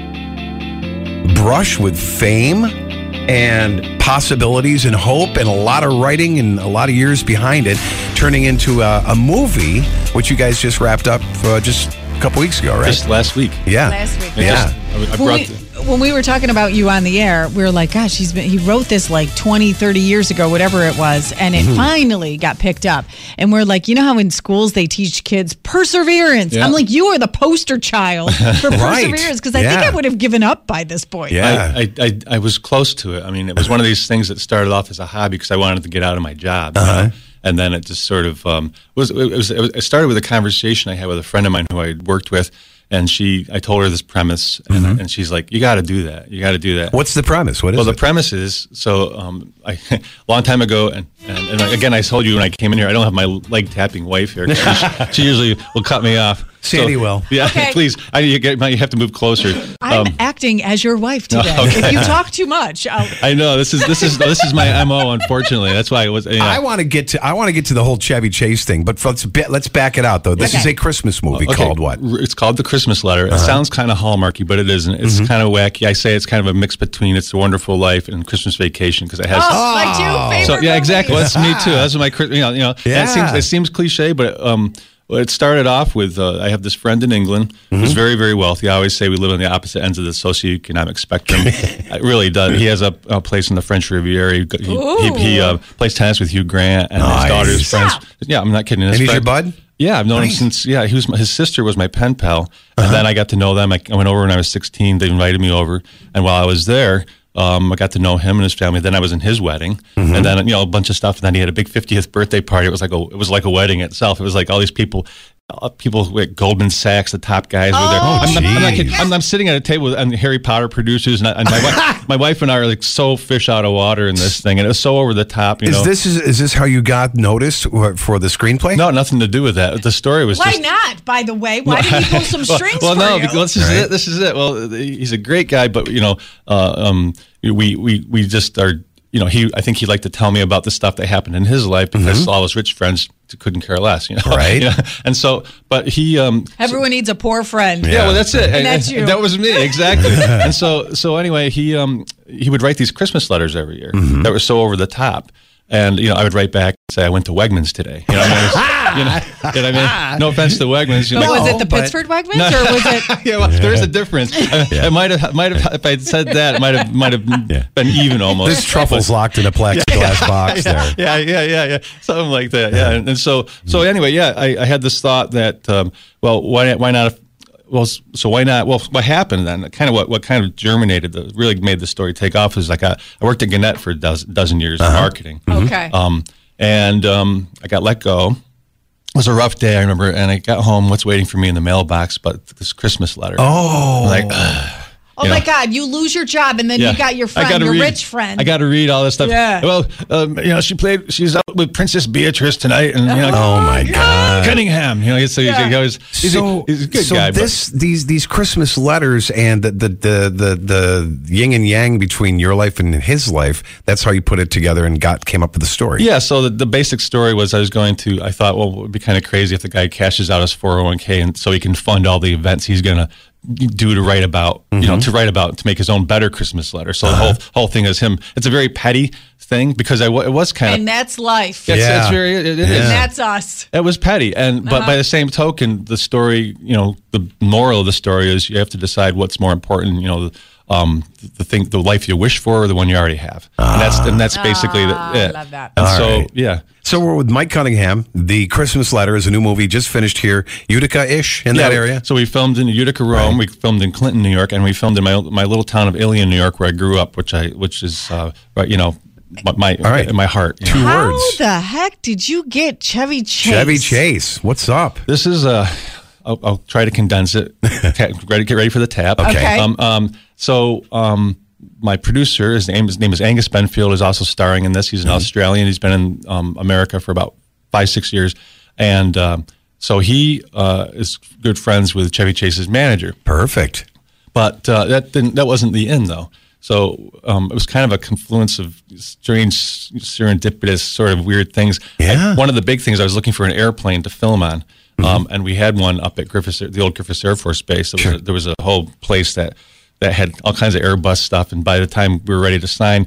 B: brush with fame and possibilities and hope and a lot of writing and a lot of years behind it, turning into a, a movie, which you guys just wrapped up uh, just a couple weeks ago, right?
K: Just last week.
B: yeah,
C: Last week.
K: I
B: yeah.
K: just- I, I
C: When
K: brought
C: we, when we were talking about you on the air, we were like, gosh, he's been, he wrote this like 20, 30 years ago, whatever it was, and it
K: Mhm.
C: finally got picked up. And we're like, you know how in schools they teach kids perseverance?
K: Yeah.
C: I'm like, you are the poster child for
K: Right.
C: perseverance because I think
K: Yeah.
C: I would have given up by this point.
K: I, I, I, I was close to it. I mean, it was one of these things that started off as a hobby because I wanted to get out of my job. you
B: Uh-huh.
K: know? And then it just sort of um, was, it was, it was. It started with a conversation I had with a friend of mine who I had worked with, and she. I told her this premise, and,
B: Mhm.
K: and she's like, "You got to do that. You got to do that."
B: What's the premise? What is
K: well,
B: it?
K: the premise is so um, I, a long time ago, and, and, and again, I told you when I came in here, I don't have my leg tapping wife here. 'cause She, she usually will cut me off.
B: Sandy will.
K: Yeah,
C: Okay.
K: please. I, you, get, you have to move closer.
C: I'm
K: Um,
C: acting as your wife
K: No,
C: today.
K: okay.
C: If you talk too much, I'll,
K: I know this is this is this is my mo. Unfortunately, that's why I was. You know.
B: I want to get to I want to get to the whole Chevy Chase thing, but let's ba- let's back it out though. This is
K: Okay.
B: a Christmas movie
K: Okay,
B: called what?
K: r- It's called The Christmas Letter.
B: Uh-huh.
K: It sounds kind of hallmarky, but it isn't.
B: Mm-hmm.
K: It's kind of wacky. I say it's kind of a mix between It's a Wonderful Life and Christmas Vacation because it has.
G: Oh, my two favorite
K: So yeah, exactly.
G: movies.
K: That's me too. That's my Chris- you know you know.
G: Yeah.
K: That seems it seems cliche, but um. well, It started off with uh, I have this friend in England
B: Mm-hmm.
K: who's very, very wealthy. I always say we live on the opposite ends of the socioeconomic spectrum. it really does. He has a, a place in the French Riviera. He, he, he, he uh, plays tennis with Hugh Grant and
B: Nice.
K: his daughter's friends. Yeah, I'm not kidding. His
B: Uh-huh. And he's your bud?
K: friend- yeah, I've known
B: Nice. Uh-huh.
K: him since. Yeah, he was my, his sister was my pen pal, and then I got to know them. I, I went over when I was 16. They invited me over, and while I was there, um, I got to know him and his family. Then I was in his wedding,
B: Mm-hmm.
K: and then you know a bunch of stuff. And then he had a big 50th birthday party. It was like a it was like a wedding itself. It was like all these people. uh, People like Goldman Sachs, the top guys were there.
G: Oh,
K: I'm, not- I'm, not
G: geez.
K: kidding. I'm, I'm sitting at a table with and the Harry Potter producers, and, I, and my, wife, my wife and I are like so fish out of water in this thing, and it was so over the top. You
B: Is
K: know,
B: this is, is this how you got noticed uh, for the screenplay?
K: no nothing to do with that. The story was
C: why
K: just
C: not? By the way, why did he pull some
K: well,
C: strings
K: well,
C: for
K: no,
C: you?
K: because this is it. This is it. Well, th- he's a great guy, but you know, uh, um, we we we just are. You know, he. I think he liked to tell me about the stuff that happened in his life because all his rich friends couldn't care less. You know,
B: Right.
K: You know? And so, but he. Um,
C: Everyone needs a poor friend.
K: yeah, well, that's it.
C: And
K: And-
C: that's
K: and
C: you.
K: That was me exactly. and so, so anyway, he um he would write these Christmas letters every year
B: Mm-hmm.
K: that were so over the top. And you know, I would write back and say, "I went to Wegmans today." You know, what I mean, It was- you know, you know what
C: Ah.
K: I mean? no offense to Wegmans. You
C: But
K: know,
C: was it the
K: but-
C: Pittsford Wegmans
K: No. Mm-hmm.
C: or was it?
K: yeah, well, there is a difference. I, I might have, might have, if I would said that, it might have, might have been even almost.
B: This truffle's
K: But-
B: locked in a plexiglass box
K: yeah,
B: there.
K: Yeah, yeah, yeah, yeah, something like that. Yeah, and, and so, so anyway, yeah, I, I had this thought that, um, well, why, why not? If, well, s- so why not? Well, what happened then? Kind of what, what kind of germinated, the, really made the story take off is like I, I worked at Gannett for a dozen, dozen years
B: Uh-huh.
K: in marketing.
C: Okay.
K: Um, and um, I got let go. It was a rough day, I remember. And I got home. What's waiting for me in the mailbox? But this Christmas letter.
B: Oh.
K: I'm like, "Ugh."
C: Oh
K: you
C: my
K: know.
C: God, you lose your job and then
K: Yeah.
C: you got your
K: I
C: friend,
K: gotta
C: your
K: read-
C: rich friend.
K: I got to read all this stuff.
C: Yeah.
K: Well, um, you know, she played. She's out with Princess Beatrice tonight, and you know,
B: Oh, my God.
K: Cunningham. You know, so he's, he goes. He's,
B: so,
K: a, he's a good
B: so
K: guy. but-
B: this these these Christmas letters and the, the the the the yin and yang between your life and his life. That's how you put it together and got came up with the story.
K: Yeah, so the, the basic story was I was going to, I thought, well, it would be kind of crazy if the guy cashes out his 401k and so he can fund all the events he's going to do to write about, you know,
B: Mhm.
K: to write about, to make his own better Christmas letter. So
B: Uh-huh.
K: the whole, whole thing is him. It's a very petty thing because I, wa- it was kind of.
C: and that's life.
K: That's- that's Yeah. very- it- it is.
C: And that's us.
K: It was petty, and but
C: Uh-huh.
K: by the same token, the story, you know, the moral of the story is you have to decide what's more important, you know, um, the thing, the life you wish for, or the one you already have, and that's and that's basically the, it. I love that. And
B: All
K: so,
B: right.
K: yeah,
B: So we're with Mike Cunningham. The Christmas Letter is a new movie just finished here, Utica ish in that
K: Yeah,
B: area.
K: So we filmed in Utica, Rome. We filmed in Clinton, New York, and we filmed in my my little town of Ilion, New York, where I grew up, which I which is uh, right, you know, my my, in my heart. Two
C: How the heck did you get Chevy Chase?
B: Chase, what's up?
K: This is uh, I'll, I'll try to condense it. Okay, ready, get ready for the tap.
C: Okay. Okay.
K: Um, um, so um, my producer, his name, his name is Angus Benfield, is also starring in this. He's
B: Mm-hmm.
K: an Australian. He's been in um, America for about five six years, and um, so he uh, is good friends with Chevy Chase's manager.
B: Perfect.
K: But uh, that didn't. That wasn't the end, though. So um, it was kind of a confluence of strange, serendipitous, sort of weird things. Yeah. one of the big things I was looking for an airplane to film on, um, and we had one up at Griffiths, the old Griffiths Air Force Base. There was, a, there was a whole place that that had all kinds of Airbus stuff, and by the time we were ready to sign,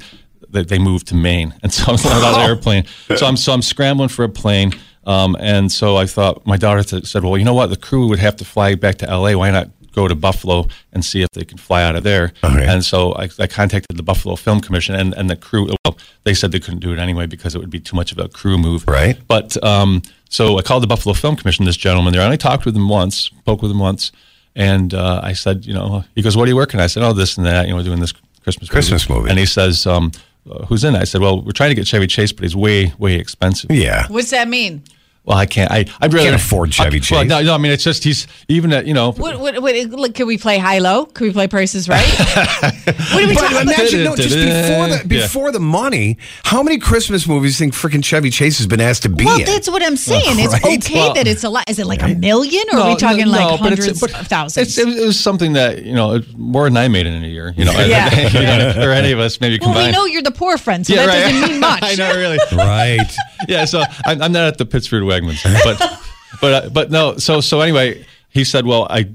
K: they, they moved to Maine, and so I was without an airplane. So I'm so I'm scrambling for a plane. Um, and so I thought my daughter th- said, "Well, you know what? The crew would have to fly back to L.A. Why not go to Buffalo and see if they can fly out of there. And so I, I contacted the Buffalo Film Commission and, and the crew. Well, they said they couldn't do it anyway because it would be too much of a crew move. Right. But um, so I called the Buffalo Film Commission, this gentleman there, and I talked with him once, spoke with him once. And uh, I said, you know, he goes, what are you working on? I said, oh, this and that. You know, we're doing this Christmas
B: Christmas movie.
K: And he says, um, uh, who's in it? I said, well, we're trying to get Chevy Chase, but he's way, way expensive. Yeah.
C: What's that mean?
K: Well, I can't. I I'd rather
B: Can't afford Chevy
K: I- Well,
B: Chase.
K: no, no. I mean, it's just he's even at you know.
C: What, what, what, look, can we play high low? Can we play prices right? what are we
B: But
C: talking about?
B: imagine, no, just before the,
K: Yeah.
B: before the money, how many Christmas movies do you think freaking Chevy Chase has been asked to be
C: Well,
B: in?
C: that's what I'm saying. It's
B: Right?
C: okay
K: Well-
C: that it's a lot. Is it like a million or are we
K: No,
C: talking
K: no,
C: like
K: no, but it's-
C: hundreds
K: but
C: of thousands?
K: It's, it, was- it was something that you know it- more than I made in a year. You know,
C: Yeah.
K: you know, or any of us maybe
C: well, we
K: combined.
C: know you're the poor friend, so that doesn't mean much.
K: I know, really. right. Yeah. So I'm, I'm not at the Pittsburgh Wegmans, but but uh, but no. So so anyway, he said, well, I.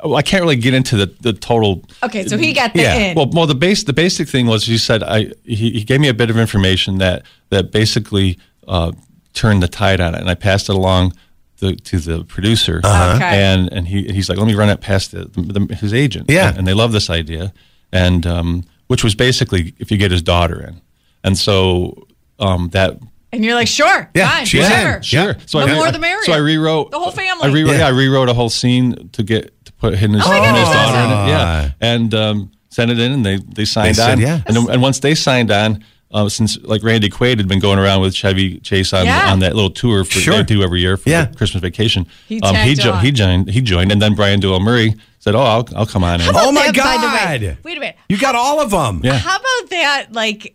K: oh, I can't really get into the, the total.
C: Okay, so he got the in.
K: Well, well, the base the basic thing was he said I he, he gave me a bit of information that that basically uh, turned the tide on it, and I passed it along the, to the producer,
B: Uh-huh.
C: Okay.
K: and and he he's like, let me run it past the, the, his agent,
B: Yeah.
K: and, and they love this idea, and um, which was basically if you get his daughter in, and so um, that
C: And you're like, sure, fine, whatever.
K: sure. So
C: the
K: I,
C: more the merrier.
K: So I rewrote
C: the whole
K: I
C: family.
K: rewrote, yeah. I rewrote a whole scene to get to put him and his,
C: Oh my God,
K: him and his
C: that's
K: daughter in
B: awesome.
K: it. Yeah, and um, sent it in, and they they signed
B: said
K: on.
B: yes.
K: and, then- and once they signed on, uh, since like Randy Quaid had been going around with Chevy Chase on
C: Yeah.
K: on that little tour for
B: Sure.
K: they do every year for the Christmas vacation. Um,
C: He
K: he
C: tagged on.
K: he joined he joined, and then Brian Doyle Murray said, "Oh, I'll I'll come on." in."
B: Oh my
C: That, by
B: God!
C: the way- wait a minute.
B: You got all of them.
K: Yeah.
C: How about that? Like,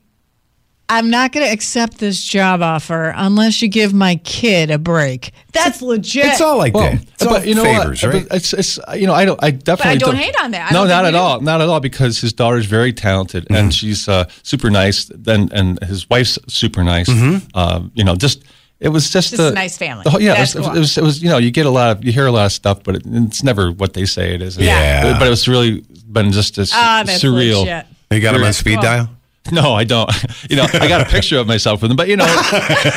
C: I'm not going to accept this job offer unless you give my kid a break. That's legit.
B: It's all like that. It's all
K: but you know
B: favors,
K: what?
B: right?
K: But It's, it's you know I don't I definitely
C: don't hate on that. I
K: no,
C: don't
K: not
C: think we
K: at
C: do.
K: all, not at all because his daughter's very talented
B: Mm-hmm.
K: and she's uh, super nice. Then and his wife's super nice.
B: Mm-hmm.
K: Uh, you know, just it was just,
C: Just a
K: the-
C: nice family.
K: the whole- yeah, it was,
C: That's cool.
K: it, was, it was you know you get a lot of you hear a lot of stuff, but it, it's never what they say it is.
B: Yeah.
K: but it was really been just a s-
C: Ah, that's
K: surreal.
C: legit.
B: You got him on
K: That's
B: speed
K: cool.
B: dial.
K: No, I don't. You know, I got a picture of myself with him, but you know, you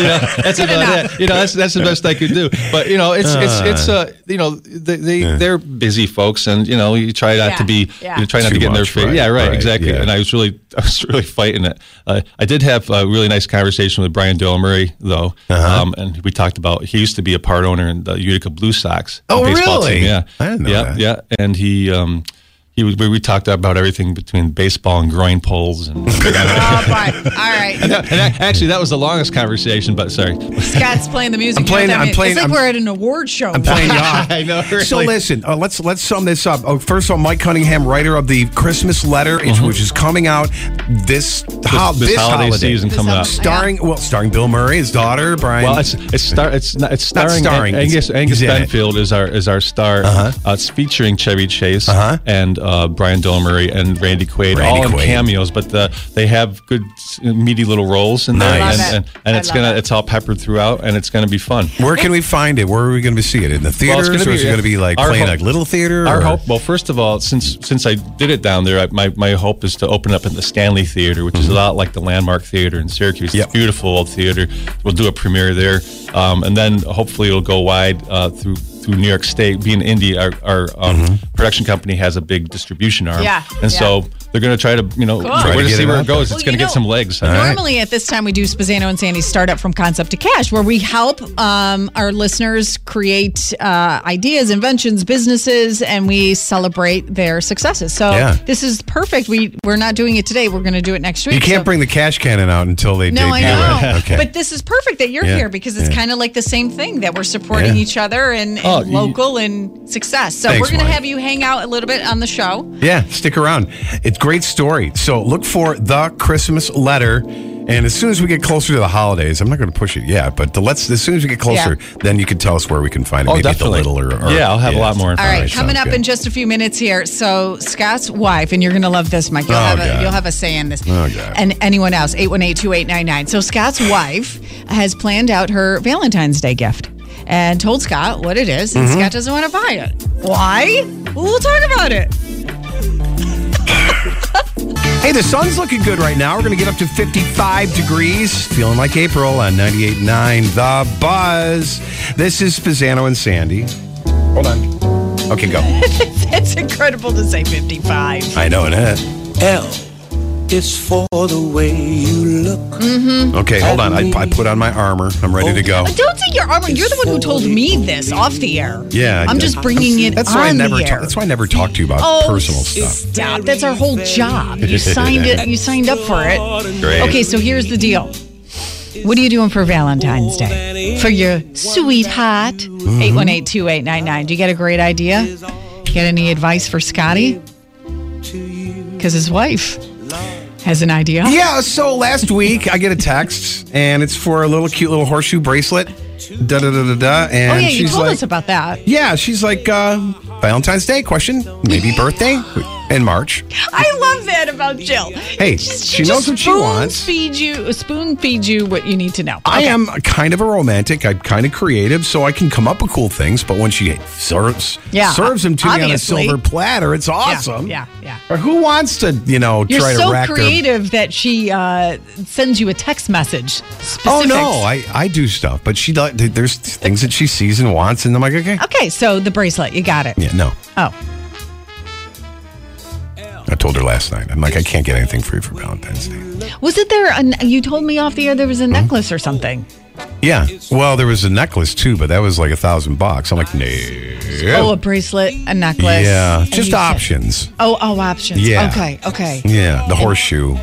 K: know that's about it. You know, that's that's the best I could do. But you know, it's it's it's uh, you know, they, they they're busy folks, and you know, you try not to
C: Yeah,
K: be,
C: yeah.
K: you try not
B: Too
K: to get in their
B: much,
K: face.
B: right,
K: yeah, right,
B: right,
K: exactly.
B: yeah.
K: And I was really I was really fighting it. Uh, I did have a really nice conversation with Brian Doyle Murray though,
B: Uh-huh.
K: um, and we talked about he used to be a part owner in the Utica Blue Sox.
B: Oh,
K: baseball
B: really?
K: Team. Yeah,
B: I didn't know
K: yeah,
B: that.
K: yeah, and he. Um, he was, we, we talked about everything between baseball and groin pulls and.
C: Oh, All right.
K: And that- and that- actually, that was the longest conversation. But sorry,
C: Scott's playing the music.
K: I'm
C: You know what
K: playing-
C: that
K: I'm
C: means?
K: playing-
C: It's like
K: I'm-
C: we're at an award show.
B: I'm playing you off.
K: I know,
B: So
K: really.
B: listen, uh, let's let's sum this up. Oh, first of all, Mike Cunningham, writer of the Christmas Letter, it's- which is coming out Uh-huh. this ho-
K: this holiday season This coming holiday, up.
B: starring well, starring Bill Murray, his daughter Brian.
K: Well, it's it's star it's not it's
B: Not
K: starring,
B: starring,
K: An-
B: it's-
K: Angus Angus
B: he's in it.
K: Benfield is our is our star. Uh-huh. it's featuring Chevy Chase and uh, Brian Doyle Murray and Randy Quaid,
B: Uh-huh. Randy
K: all in
B: Quaid.
K: cameos, but the, they have good s- meaty little roles in there,
B: Nice.
K: and,
B: Love it.
K: and, and it's gonna it's all peppered throughout, and it's gonna be fun.
B: Where can we find it? Where are we going to see it? In the theaters,
K: gonna
B: or is it
K: be-
B: going to be like
K: our
B: playing
K: hope-
B: a little theater?
K: Our
B: or-
K: hope, well, first of all, since since I did it down there, I, my my hope is to open up at the Stanley Theater, which is
B: Mm-hmm.
K: a lot like the Landmark Theater in Syracuse. It's a beautiful old theater. We'll do a premiere there, um, and then hopefully it'll go wide uh, through through New York State. Being indie, our, our um,
B: Mm-hmm.
K: production company has a big distribution arm,
C: Yeah,
K: and
C: yeah.
K: so they're going to try to you know
C: Cool. Try
K: we're
C: to
K: going to
B: get
K: see
B: it
K: where
B: out
K: it goes.
B: there.
K: it's going to get some legs.
C: Normally at this time we do Spazano and Sandy's startup from concept to cash, where we help um, our listeners create uh, ideas, inventions, businesses, and we celebrate their successes. So
B: Yeah.
C: this is perfect. We we're not doing it today. We're going to do it next week.
B: You can't
C: So-
B: bring the cash cannon out until they
C: no, I
B: debut
C: know.
B: it. Okay.
C: But this is perfect that you're
B: Yeah.
C: here because it's
B: Yeah.
C: kind of like the same thing that we're supporting
B: Yeah.
C: each other and, and
B: Oh, you-
C: local and success. So
B: Thanks,
C: we're going to
B: Mike.
C: have you hang out a little bit on the show.
B: Yeah, stick around. It's a great story. So look for the Christmas letter. And as soon as we get closer to the holidays, I'm not going to push it yet, but the, let's as soon as we get closer, then you can tell us where we can find it.
K: Oh,
B: Maybe
K: definitely.
B: at the little or, or
K: Yeah, I'll have a lot more
C: All right, coming
B: sounds
C: up
B: good.
C: in just a few minutes here. So Scott's wife, and you're going to love this, Mike. You'll
B: Oh,
C: have a
B: God.
C: you'll have a say in this.
B: Oh, God.
C: And anyone else, 818-2899. So Scott's wife has planned out her Valentine's Day gift and told Scott what it is, and
B: Mhm.
C: Scott doesn't want to buy it. Why? We'll talk about it.
B: Hey, the sun's looking good right now. We're going to get up to 55 degrees. Feeling like April on 98.9 The Buzz. This is Pisano and Sandy. Hold on. Okay, go.
C: it's incredible to say 55.
B: I know it.
L: L is for the way you look.
C: Mm-hmm. Oh,
B: Okay, hold on. I, I put on my armor. I'm ready to go.
C: Don't say your armor. You're the one who told me this off the air.
B: Yeah, I
C: I'm
B: did.
C: just bringing it
B: That's
C: on
B: why I never.
C: the air. Oh,
B: Talk, that's why I never talk to you about personal stuff.
C: Stop. That's our whole job. You signed it. You signed up for it.
B: Great.
C: Okay, so here's the deal. What are you doing for Valentine's Day? For your sweetheart?
B: Mm-hmm.
C: 818 2899. Do you get a great idea? You got any advice for Scotty? Because his wife has an idea.
B: Yeah. So last week I get a text and it's for a little cute little horseshoe bracelet. Da da da da da. And
C: oh, yeah,
B: she's
C: you told
B: like,
C: us about that.
B: Yeah, she's like uh, Valentine's Day question, maybe birthday in March.
C: I love that about Jill.
B: Hey, she knows what she
C: spoon
B: wants.
C: Feed you, spoon feed you what you need to know.
B: I
C: Okay.
B: am kind of a romantic. I'm kind of creative, so I can come up with cool things. But when she serves
C: Yeah,
B: serves them to
C: obviously.
B: me on a silver platter, it's
C: Yeah,
B: awesome.
C: yeah, yeah.
B: Or who wants to, you know,
C: You're
B: try
C: so
B: to rack their
C: creative that she uh, sends you a text message.
B: Oh
C: specifics.
B: no, I, I do stuff, but she does- there's things that she sees and wants, and I'm like, okay,
C: Okay, so the bracelet, you got it.
B: yeah, no.
C: Oh,
B: I told her last night. I'm like, I can't get anything for you for Valentine's Day.
C: was it there? An, you told me off the air there
B: Hmm.
C: was a necklace or something.
B: Yeah. Well, there was a necklace too, but that was like a thousand bucks. I'm like, no.
C: Oh, a bracelet, a necklace.
B: yeah,
C: and you
B: just
C: said-
B: options.
C: oh, oh, options.
B: Yeah.
C: Okay. Okay.
B: Yeah, the horseshoe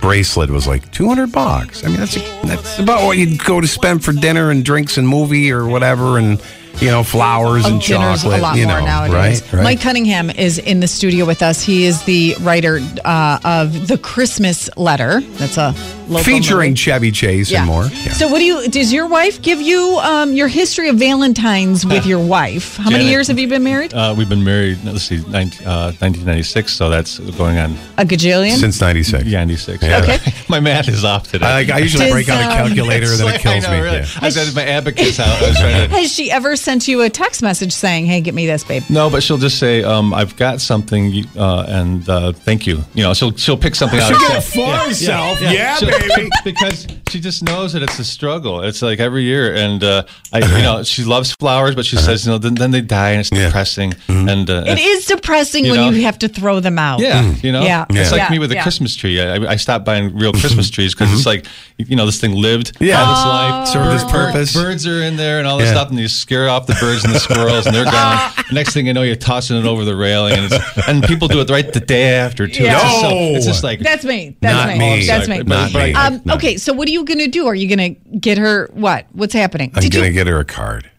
B: bracelet was like 200 bucks. I mean, that's that's about what you'd go to spend for dinner and drinks and movie or whatever, and you know, flowers
C: Oh,
B: and
C: dinner's
B: chocolate.
C: a lot
B: you
C: more
B: know,
C: nowadays.
B: Right, right.
C: Mike Cunningham is in the studio with us. He is the writer uh, of the Christmas Letter. That's a local
B: featuring
C: movie.
B: Chevy Chase
C: Yeah.
B: and more. Yeah.
C: So, what do you? Does your wife give you um, your history of Valentines with your wife? How many
K: Janet.
C: years have you been married?
K: Uh, we've been married. Let's see, 19, uh, 1996. So that's going on
C: A gajillion.
B: Since 96.
K: Yeah, 96.
B: Yeah.
C: Okay.
K: my math is off today.
B: I- I usually Does, break out a um, calculator,
K: It's
B: then it
K: like-
B: kills
K: I know,
B: me,
K: Really.
B: yeah.
K: I said my abacus out. I was trying to.
C: Has she ever sent you a text message saying, "Hey, get me this, babe"?
K: No, but she'll just say, um, "I've got something," you- uh, and uh, thank you. You know, she'll she'll pick something out.
C: She'll get it
K: herself.
C: for
K: Yeah,
C: herself.
K: yeah,
C: Yeah,
K: she'll,
B: baby.
K: because she just knows that it's a struggle. It's like every year, and uh, I,
B: Uh-huh.
K: you know, she loves flowers, but she says, you know, then, then they die, and it's depressing.
B: Mm-hmm.
K: And uh,
C: It is depressing
K: You
C: when
K: know?
C: you have to throw them out.
B: Hmm.
K: Yeah,
B: Mm.
K: you know,
C: Yeah.
K: it's like
C: Yeah.
K: me with a
C: Yeah.
K: Christmas tree. I, I- I stopped buying real Christmas trees because it's like, you know, this thing lived
B: Mm-hmm. Yeah. Oh.
K: all its life,
B: Served its
K: Bird- bird-
B: purpose.
K: Birds are in there and all this
B: Yeah.
K: stuff, and you scare off the birds and the squirrels, and they're gone. Next thing you know, you're tossing it over the railing, and, it's, and people do it right the day after too. It's, just so-
B: No.
K: it's just like
C: That's me. That's
K: Not
C: me.
K: me.
C: That's me.
K: Not me.
C: Um,
K: No.
C: Okay, so what are you going to do? Are you going to get her what? What's happening?
B: I'm
C: Did
B: going to
C: you,
B: get her a card.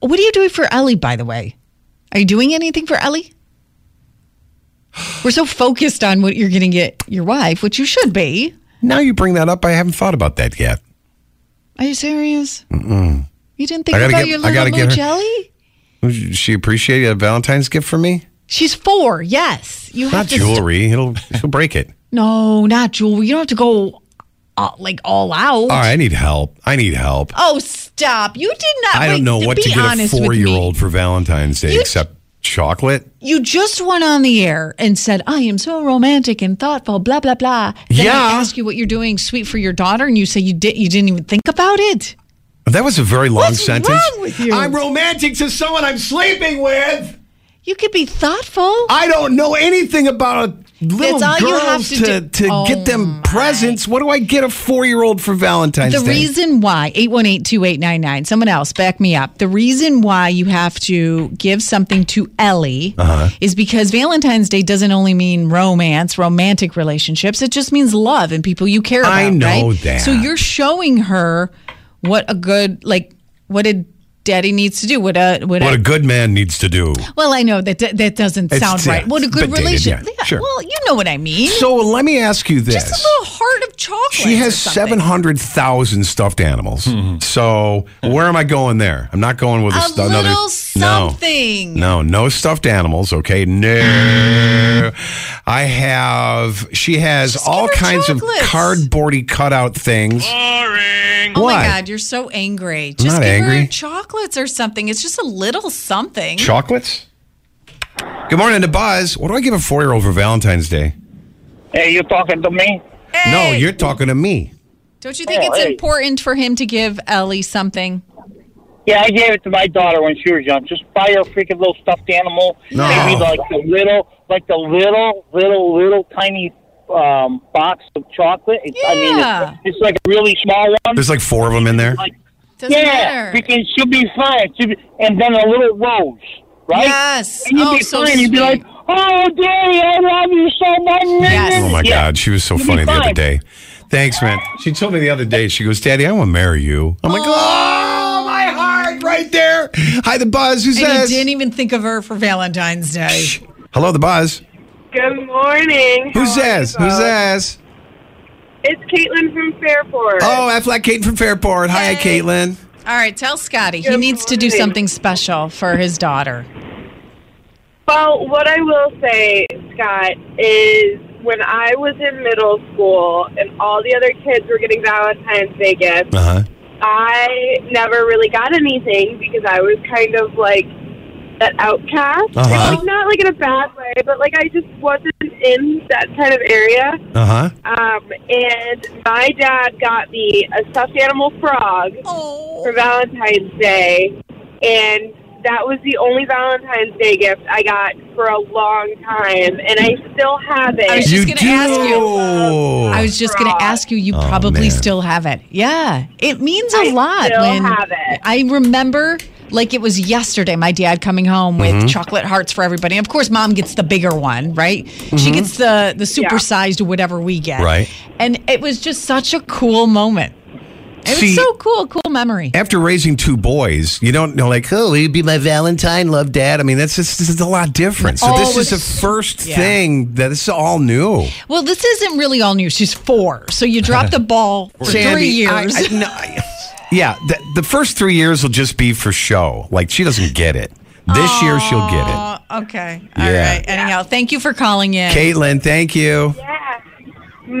C: what are you doing for Ellie, by the way? Are you doing anything for Ellie? We're so focused on what you're going to get your wife, which you should be.
B: Now you bring that up. I haven't thought about that yet.
C: Are you serious?
B: Mm-mm.
C: You didn't think
B: I
C: about
B: gotta get-
C: your
B: I gotta
C: little
B: get
C: blue
B: her-
C: jelly?
B: She appreciated a Valentine's gift from me.
C: She's four. Yes, you have
B: Not
C: to. st-
B: jewelry. It'll she'll break it.
C: no, not jewelry. You don't have to go uh, like all out.
B: All right, I need help. I need help.
C: Oh, stop! You did not.
B: I
C: wait,
B: don't know what
C: be
B: to get a
C: honest with me.
B: four-year-old for Valentine's Day
C: You-
B: except chocolate.
C: You just went on the air and said, I am so romantic and thoughtful, blah, blah, blah. Then
B: Yeah.
C: I ask you what you're doing sweet for your daughter, and you say you, did, you didn't even think about it.
B: That was a very long sentence.
C: wrong with you?
B: I'm romantic to someone I'm sleeping with.
C: You could be thoughtful.
B: I don't know anything about little
C: That's all you have
B: girls
C: to
B: to,
C: do.
B: to
C: Oh
B: get them presents. What do I get a four-year-old for Valentine's
C: The
B: Day?
C: reason why, 818 2899, someone else, back me up. The reason why you have to give something to Ellie
B: Uh-huh.
C: is because Valentine's Day doesn't only mean romance, romantic relationships, it just means love and people you care about.
B: I know
C: right?
B: that.
C: So you're showing her what a good, like, what a daddy needs to do, what a, what,
B: what a good man needs to do.
C: well, I know that that doesn't
B: It's-
C: sound
B: yeah,
C: right. What a
B: it's bit
C: good
B: dated,
C: relationship.
B: yeah, sure.
C: Well, you know what I mean.
B: So let me ask you this.
C: Just a little heart of chocolate.
B: She
C: or
B: has
C: something. Mm-hmm.
B: 700,000 stuffed animals. So where am I going there? I'm not going with a
C: A
B: stu- another
C: little something.
B: No, no, no stuffed animals, okay? No. I have she has all
C: her
B: kinds
C: chocolates.
B: of cardboardy cutout things.
C: Oh
B: What?
C: my God, you're so angry. Just
B: not
C: give her
B: angry.
C: chocolates or something. It's just a little something.
B: Chocolates? Good morning to Buzz. What do I give a 4-year-old for Valentine's Day?
M: Hey, you talking to me?
B: No, you're talking to me.
C: Don't you think it's important for him to give Ellie something?
M: Yeah, I gave it to my daughter when she was young. Just buy her a freaking little stuffed animal.
C: No.
M: Maybe like the little, like the little, little, little tiny um, box of chocolate. It's, I mean,
C: Yeah.
M: it's, it's like a really small one.
B: There's like four of them in there.
M: Like,
C: Doesn't
M: yeah,
C: matter.
M: freaking, she'll be fine. She'll be, and then a little rose, right?
C: Yes.
M: And you'll
C: Oh,
M: be
C: so
M: fine. You'll be like,
C: sweet.
M: oh, daddy, I love you so much.
B: Oh my
M: Yeah.
B: God, she was so
M: You'll be
B: funny the other
M: fine.
B: day. Thanks, man. She told me the other day. She goes, "Daddy, I want to marry you." I'm like, "Oh, my heart right there." Hi, the Buzz. Who
C: And he
B: says?
C: didn't even think of her for Valentine's Day.
B: Hello, the Buzz.
N: Good morning.
B: Who
N: How are you
B: says? Who
N: both?
B: says?
N: It's Caitlin from Fairport.
B: Oh, Affleck Caitlin from Fairport. Hi, Caitlin.
C: All right, tell Scotty he needs to do
N: morning.
C: something special for his daughter.
N: Well, what I will say, Scott, is when I was in middle school and all the other kids were getting Valentine's Day gifts,
B: Uh huh.
N: I never really got anything because I was kind of like that outcast. It
B: Uh-huh.
N: was not like in a bad way, but like I just wasn't in that kind of area.
B: Uh huh.
N: Um, and my dad got me a stuffed animal frog
C: Oh.
N: for Valentine's Day, and that was the only Valentine's Day gift I got for a long time, and I still have it.
C: I was just going to ask you.
B: do.
C: I was just going to ask you. You
B: Oh,
C: probably
B: man.
C: still have it. Yeah, it means a
N: I
C: lot.
N: still
C: when
N: have it.
C: I remember, like it was yesterday, my dad coming home with
B: Mm-hmm.
N: Mhm.
C: chocolate hearts for everybody. Of course, mom gets the bigger one, right? She
N: Mhm.
C: gets the the supersized whatever we get,
B: Mm-hmm. Right.
C: And it was just such a cool moment. It
B: See-
C: was so cool, cool memory.
B: After raising two boys, you don't know like, oh, you'd be my Valentine, love, Dad. I mean, that's just, this is a lot different. So
C: All
B: this
C: Oh, was-
B: is the first
C: yeah.
B: thing that this is all new.
C: Well, this isn't really all new. She's four, so you dropped the ball for three
B: Sandy, I-
C: years.
B: I- no, I- yeah, the, the first three years will just be for show. Like she doesn't get it. This year she'll get it.
C: Uh, okay.
B: Yeah.
C: All right. Anyhow, thank you for calling in.
B: Caitlin, thank you.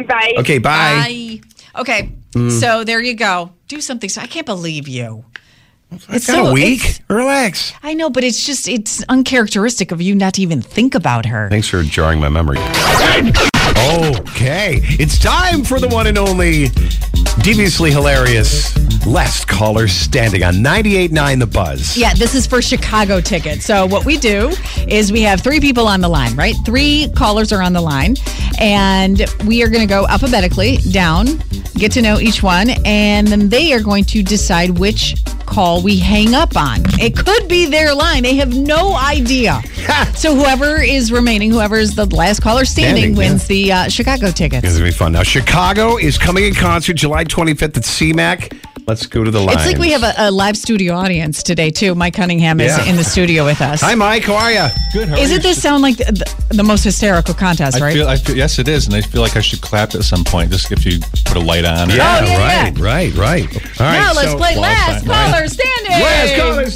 N: Bye.
B: Okay, bye.
C: Bye. Okay.
B: Mm.
C: So there you go. Do something. So I can't believe you.
B: It's not a
C: it's-
B: week. Relax.
C: I know, but it's just it's uncharacteristic of you not to even think about her.
B: Thanks for jarring my memory. Okay, it's time for the one and only deviously hilarious last caller standing on 98.9 The Buzz.
C: Yeah, this is for Chicago tickets. So what we do is we have three people on the line, right? Three callers are on the line, and we are going to go alphabetically down, get to know each one, and then they are going to decide which call we hang up on. It could be their line. They have no idea. so whoever is remaining, whoever is the last caller standing,
B: Standing, yeah.
C: wins the uh, Chicago tickets.
B: It's going to be fun. Now, Chicago is coming in concert July 25th at CMAC. Let's go to the line.
C: It's like we have a, a live studio audience today too. Mike Cunningham is
B: Yeah.
C: in the studio with us.
B: Hi, Mike. How are you?
K: Good. how are you?
C: Isn't this sound like the, the most hysterical contest,
K: I
C: right?
K: feel, I feel, yes, it is, and I feel like I should clap at some point. Just if you put a light on. it.
C: Yeah, Oh, yeah, yeah.
B: right, right, right. All
C: now let's play last caller standing.
B: Last caller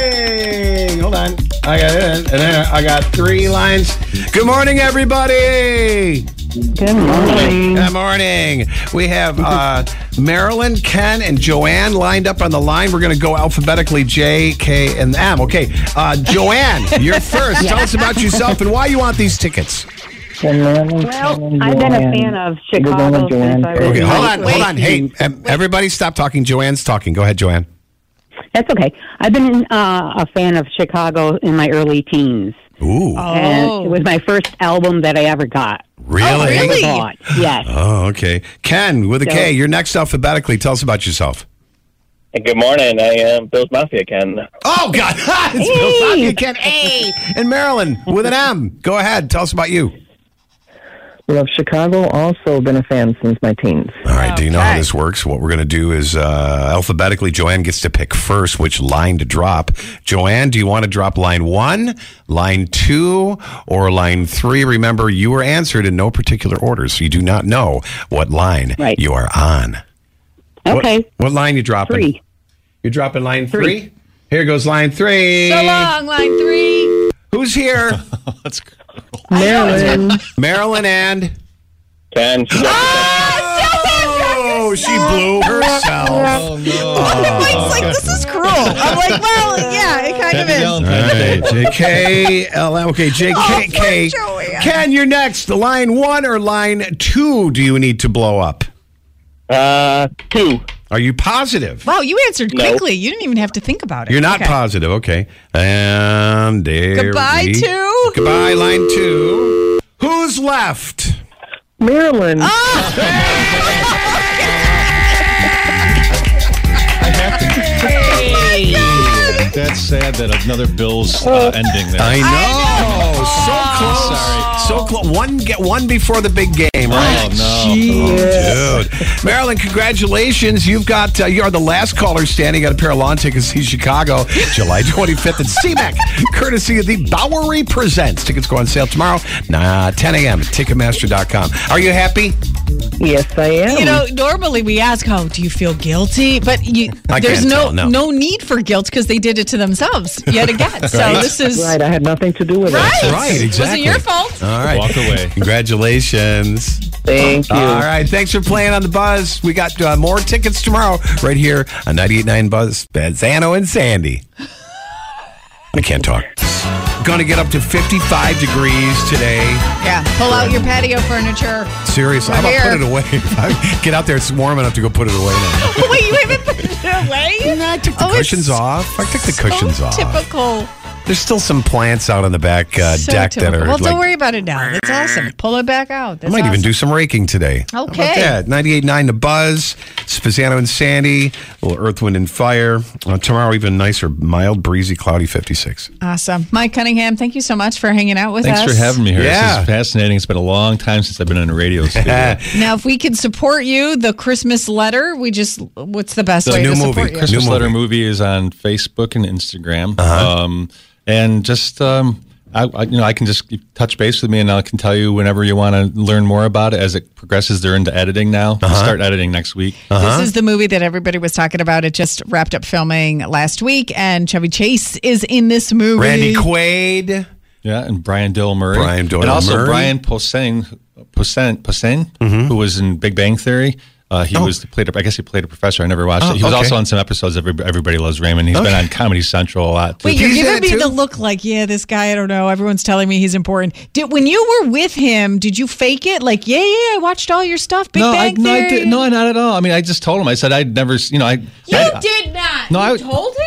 B: standing. Hold on. I got it. And then I got three lines. Good morning, everybody. Good morning. Good morning. We have uh, Marilyn, Ken, and Joanne lined up on the line. We're going to go alphabetically J, K, and M. Okay. Uh, Joanne, you're first. Tell us about yourself and why you want these tickets.
O: Well, I've been a fan of Chicago since I was
B: Okay,
O: in
B: hold
O: high
B: on,
O: school.
B: hold on. Hey, um, everybody, stop talking. Joanne's talking. Go ahead, Joanne.
O: That's okay. I've been uh, a fan of Chicago in my early teens.
B: Ooh.
O: And it was my first album that I ever got.
B: Really?
O: I ever bought. Yes.
B: Oh, okay. Ken with a K.
O: So-
B: You're next alphabetically. Tell us about yourself.
P: Hey, Good morning. I am Bill's Mafia Ken.
B: Oh God! it's Bill Mafia, Ken A. And Marilyn with an M. Go ahead. Tell us about you.
Q: Love Chicago. Also been a fan since my teens.
B: All right. Do you know how this works? What we're going to do is uh, alphabetically, Joanne gets to pick first which line to drop. Joanne, do you want to drop line one, line two, or line three? Remember, you were answered in no particular order, so you do not know what line you are on. Okay. What, what line you dropping? Three. You're dropping line three. Here goes line three.
C: So long, line three.
B: Who's here? Let's go.
C: Marilyn.
B: Marilyn and
P: Ken.
R: Ah!
B: Oh, she blew herself.
K: Oh,
B: Oh,
C: Mike's like, this is cruel. I'm like, well, yeah, it kind of is.
B: All right, JK, LM. Okay, JK,
C: Oh,
B: K. Ken, you're next. Line one or line two do you need to blow up? Uh, two. Are you positive?
C: Wow, you answered
B: No.
C: quickly. You didn't even have to think about it.
B: You're not
C: Okay.
B: positive. Okay. And there
C: Goodbye,
B: we-
C: two.
B: Goodbye, line two. Who's left?
Q: Maryland.
K: That's sad that another Bills uh, ending there.
B: I know. So close. So close. One get one before the big game, right?
K: Oh, no.
B: Oh, dude. Marilyn, congratulations. You've got uh, you are the last caller standing at a pair of lawn tickets to Chicago, July 25th at CMAC, E courtesy of the Bowery Presents. Tickets go on sale tomorrow, nah, 10 a.m. at Ticketmaster.com. Are you happy?
Q: Yes, I am.
C: You know, normally we ask, "Oh, do you feel guilty?" But you,
B: I
C: there's
B: can't
C: no,
B: tell, no.
C: need for guilt because they did it to themselves yet again. So
B: Right.
C: this is
Q: right. I had nothing to do with
C: Right.
Q: it.
B: Right,
C: Wasn't
B: exactly.
C: your fault.
B: All right.
K: Walk away.
B: Congratulations.
Q: Thank you.
B: All right. Thanks for playing on the buzz. We got uh, more tickets tomorrow right here on 98.9 Buzz, Zano and Sandy. I can't talk. Going to get up to 55 degrees today.
C: Yeah, pull out your patio furniture.
B: Seriously,
C: We're
B: how about put
C: here.
B: it away? get out there. It's warm enough to go put it away now.
C: Wait, you haven't put it away? Oh,
B: No, I took the cushions off. I took the cushions off.
C: Typical.
B: There's still some plants out on the back uh,
C: so
B: deck
C: typical.
B: that are
C: Well,
B: like
C: don't worry about it now. That's awesome. Pull it back
B: I
C: out. That's
B: might even
C: awesome.
B: do some raking today. How about
C: Okay.
B: that? 98.9 The Buzz, Spazzano and Sandy, a little Earth, Wind, and Fire. Uh, tomorrow, even nicer, mild, breezy, cloudy 56.
C: Awesome. Mike Cunningham, thank you so much for hanging out with
K: Thanks
C: us.
K: for having me here.
B: Yeah.
K: This is fascinating. It's been a long time since I've been in a radio studio.
C: Now, if we could support you, the Christmas letter, we just, what's the best way to support you?
K: Christmas Letter movie is on Facebook and Instagram. Um, and just um, I, I, you know, I can just touch base with me, and I can tell you whenever you want to learn more about it. As it progresses, they're into editing now. We'll Start editing next week.
B: Uh-huh.
C: This is the movie that everybody was talking about. It just wrapped up filming last week, and Chevy Chase is in this movie.
B: Randy Quaid.
K: Yeah, and Brian Dill Murray.
B: Brian Doyle
K: And also
B: Murray. Mm-hmm.
K: Brian Posehn, Posehn, Posehn who was in Big Bang Theory. Uh, he was played. A, I guess he played a professor. I never watched
B: Oh,
K: it. He was
B: okay.
K: also on some episodes. of Every, Everybody loves Raymond. He's been
B: Okay.
K: on Comedy Central a lot. too.
C: Wait, you're giving me the look like, yeah, this guy, I don't know. Everyone's telling me he's important. Did when you were with him, did you fake it? Like, yeah, yeah, I watched all your stuff. Big
K: no, I,
C: Bang
K: no, I
C: Theory.
K: did, no, not at all. I mean, I just told him. I said I'd never. s- You know, I. You
C: did not.
K: No, I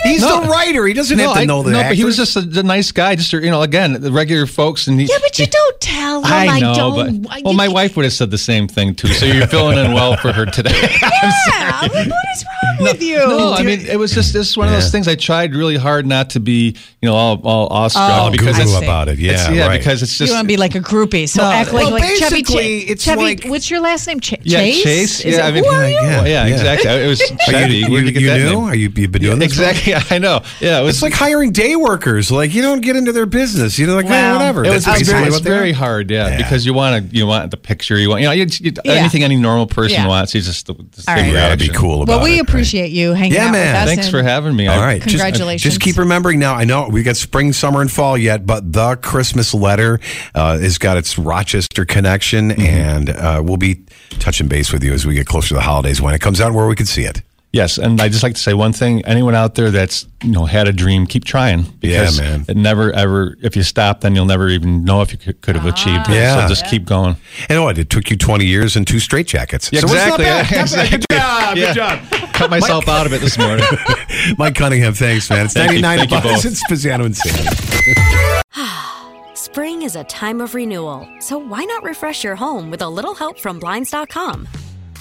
B: He's the writer. He doesn't have to know the
K: No, but he
B: actors.
K: was just a, a nice guy. Just you know, again, the regular folks. And he,
C: Yeah, but you don't tell him.
K: I know,
C: don't.
K: but well, my wife would have said the same thing too. So you're filling in well for her today.
C: yeah, what is wrong with you?
K: No, I mean it was just this one of
B: Yeah.
K: those things. I tried really hard not to be, you know, all, all awestruck
C: Oh,
K: because
C: I
K: it's
C: see.
B: about it.
K: it's-
B: Yeah,
K: yeah,
B: right.
K: because it's
C: you
K: just
C: want to be like a groupie, so act like,
B: well,
C: like Chevy
B: basically,
C: Chase.
B: it's
C: Chevy,
B: like-
C: what's your last name? Ch-
K: yeah, Chase.
C: Is
K: yeah,
C: it-
K: I mean,
C: who are you?
K: yeah, exactly. It was
B: Are
K: Chevy.
B: you,
K: Where'd
B: you,
K: you get
B: you
K: that
B: knew?
K: name?
B: Are you, you've been doing this for a while?
K: Exactly. I know. Yeah, it was
B: It's like hiring day workers. Like you don't get into their business. You're like,
C: Wow.
B: well, whatever.
K: It was
B: That's
K: it's
B: basically
K: very, it's
B: what they
K: very
B: are.
K: hard, yeah,
B: Yeah.
K: because you want to, you want the picture, you want, you know, you, you,
C: Yeah.
K: anything any normal person
C: Yeah.
K: wants. You just the, the
C: All
K: same
C: right.
B: You gotta be
K: reaction.
B: cool about
C: Well, we
B: it.
C: appreciate you hanging
B: Yeah,
C: out
B: man.
C: with us.
K: Thanks
C: and-
K: for having me. I-
B: All right. Just-
C: Congratulations.
B: Just, keep remembering now. I know we got spring, summer, and fall yet, but the Christmas letter uh, has got its Rochester connection,
K: Mm-hmm.
B: and uh, we'll be touching base with you as we get closer to the holidays when it comes out where we can see it.
K: Yes, and I just like to say one thing: anyone out there that's you know had a dream, keep trying. Because
B: Yeah, man.
K: It never ever. If you stop, then you'll never even know if you could, could have achieved it.
B: Yeah.
K: Ah, So just keep going.
B: And oh, it took you 20 years and two straitjackets. So it's not
K: exactly.
B: bad. Not bad.
K: exactly.
B: Good job.
K: Yeah.
B: Good job.
K: Cut myself out of it this morning.
B: Mike Cunningham, thanks, man. It's
K: Thank you.
B: 99
K: Thank you
B: bucks.
K: both.
B: It's Pizzano and Sam.
A: Spring is a time of renewal, so why not refresh your home with a little help from Blinds.com?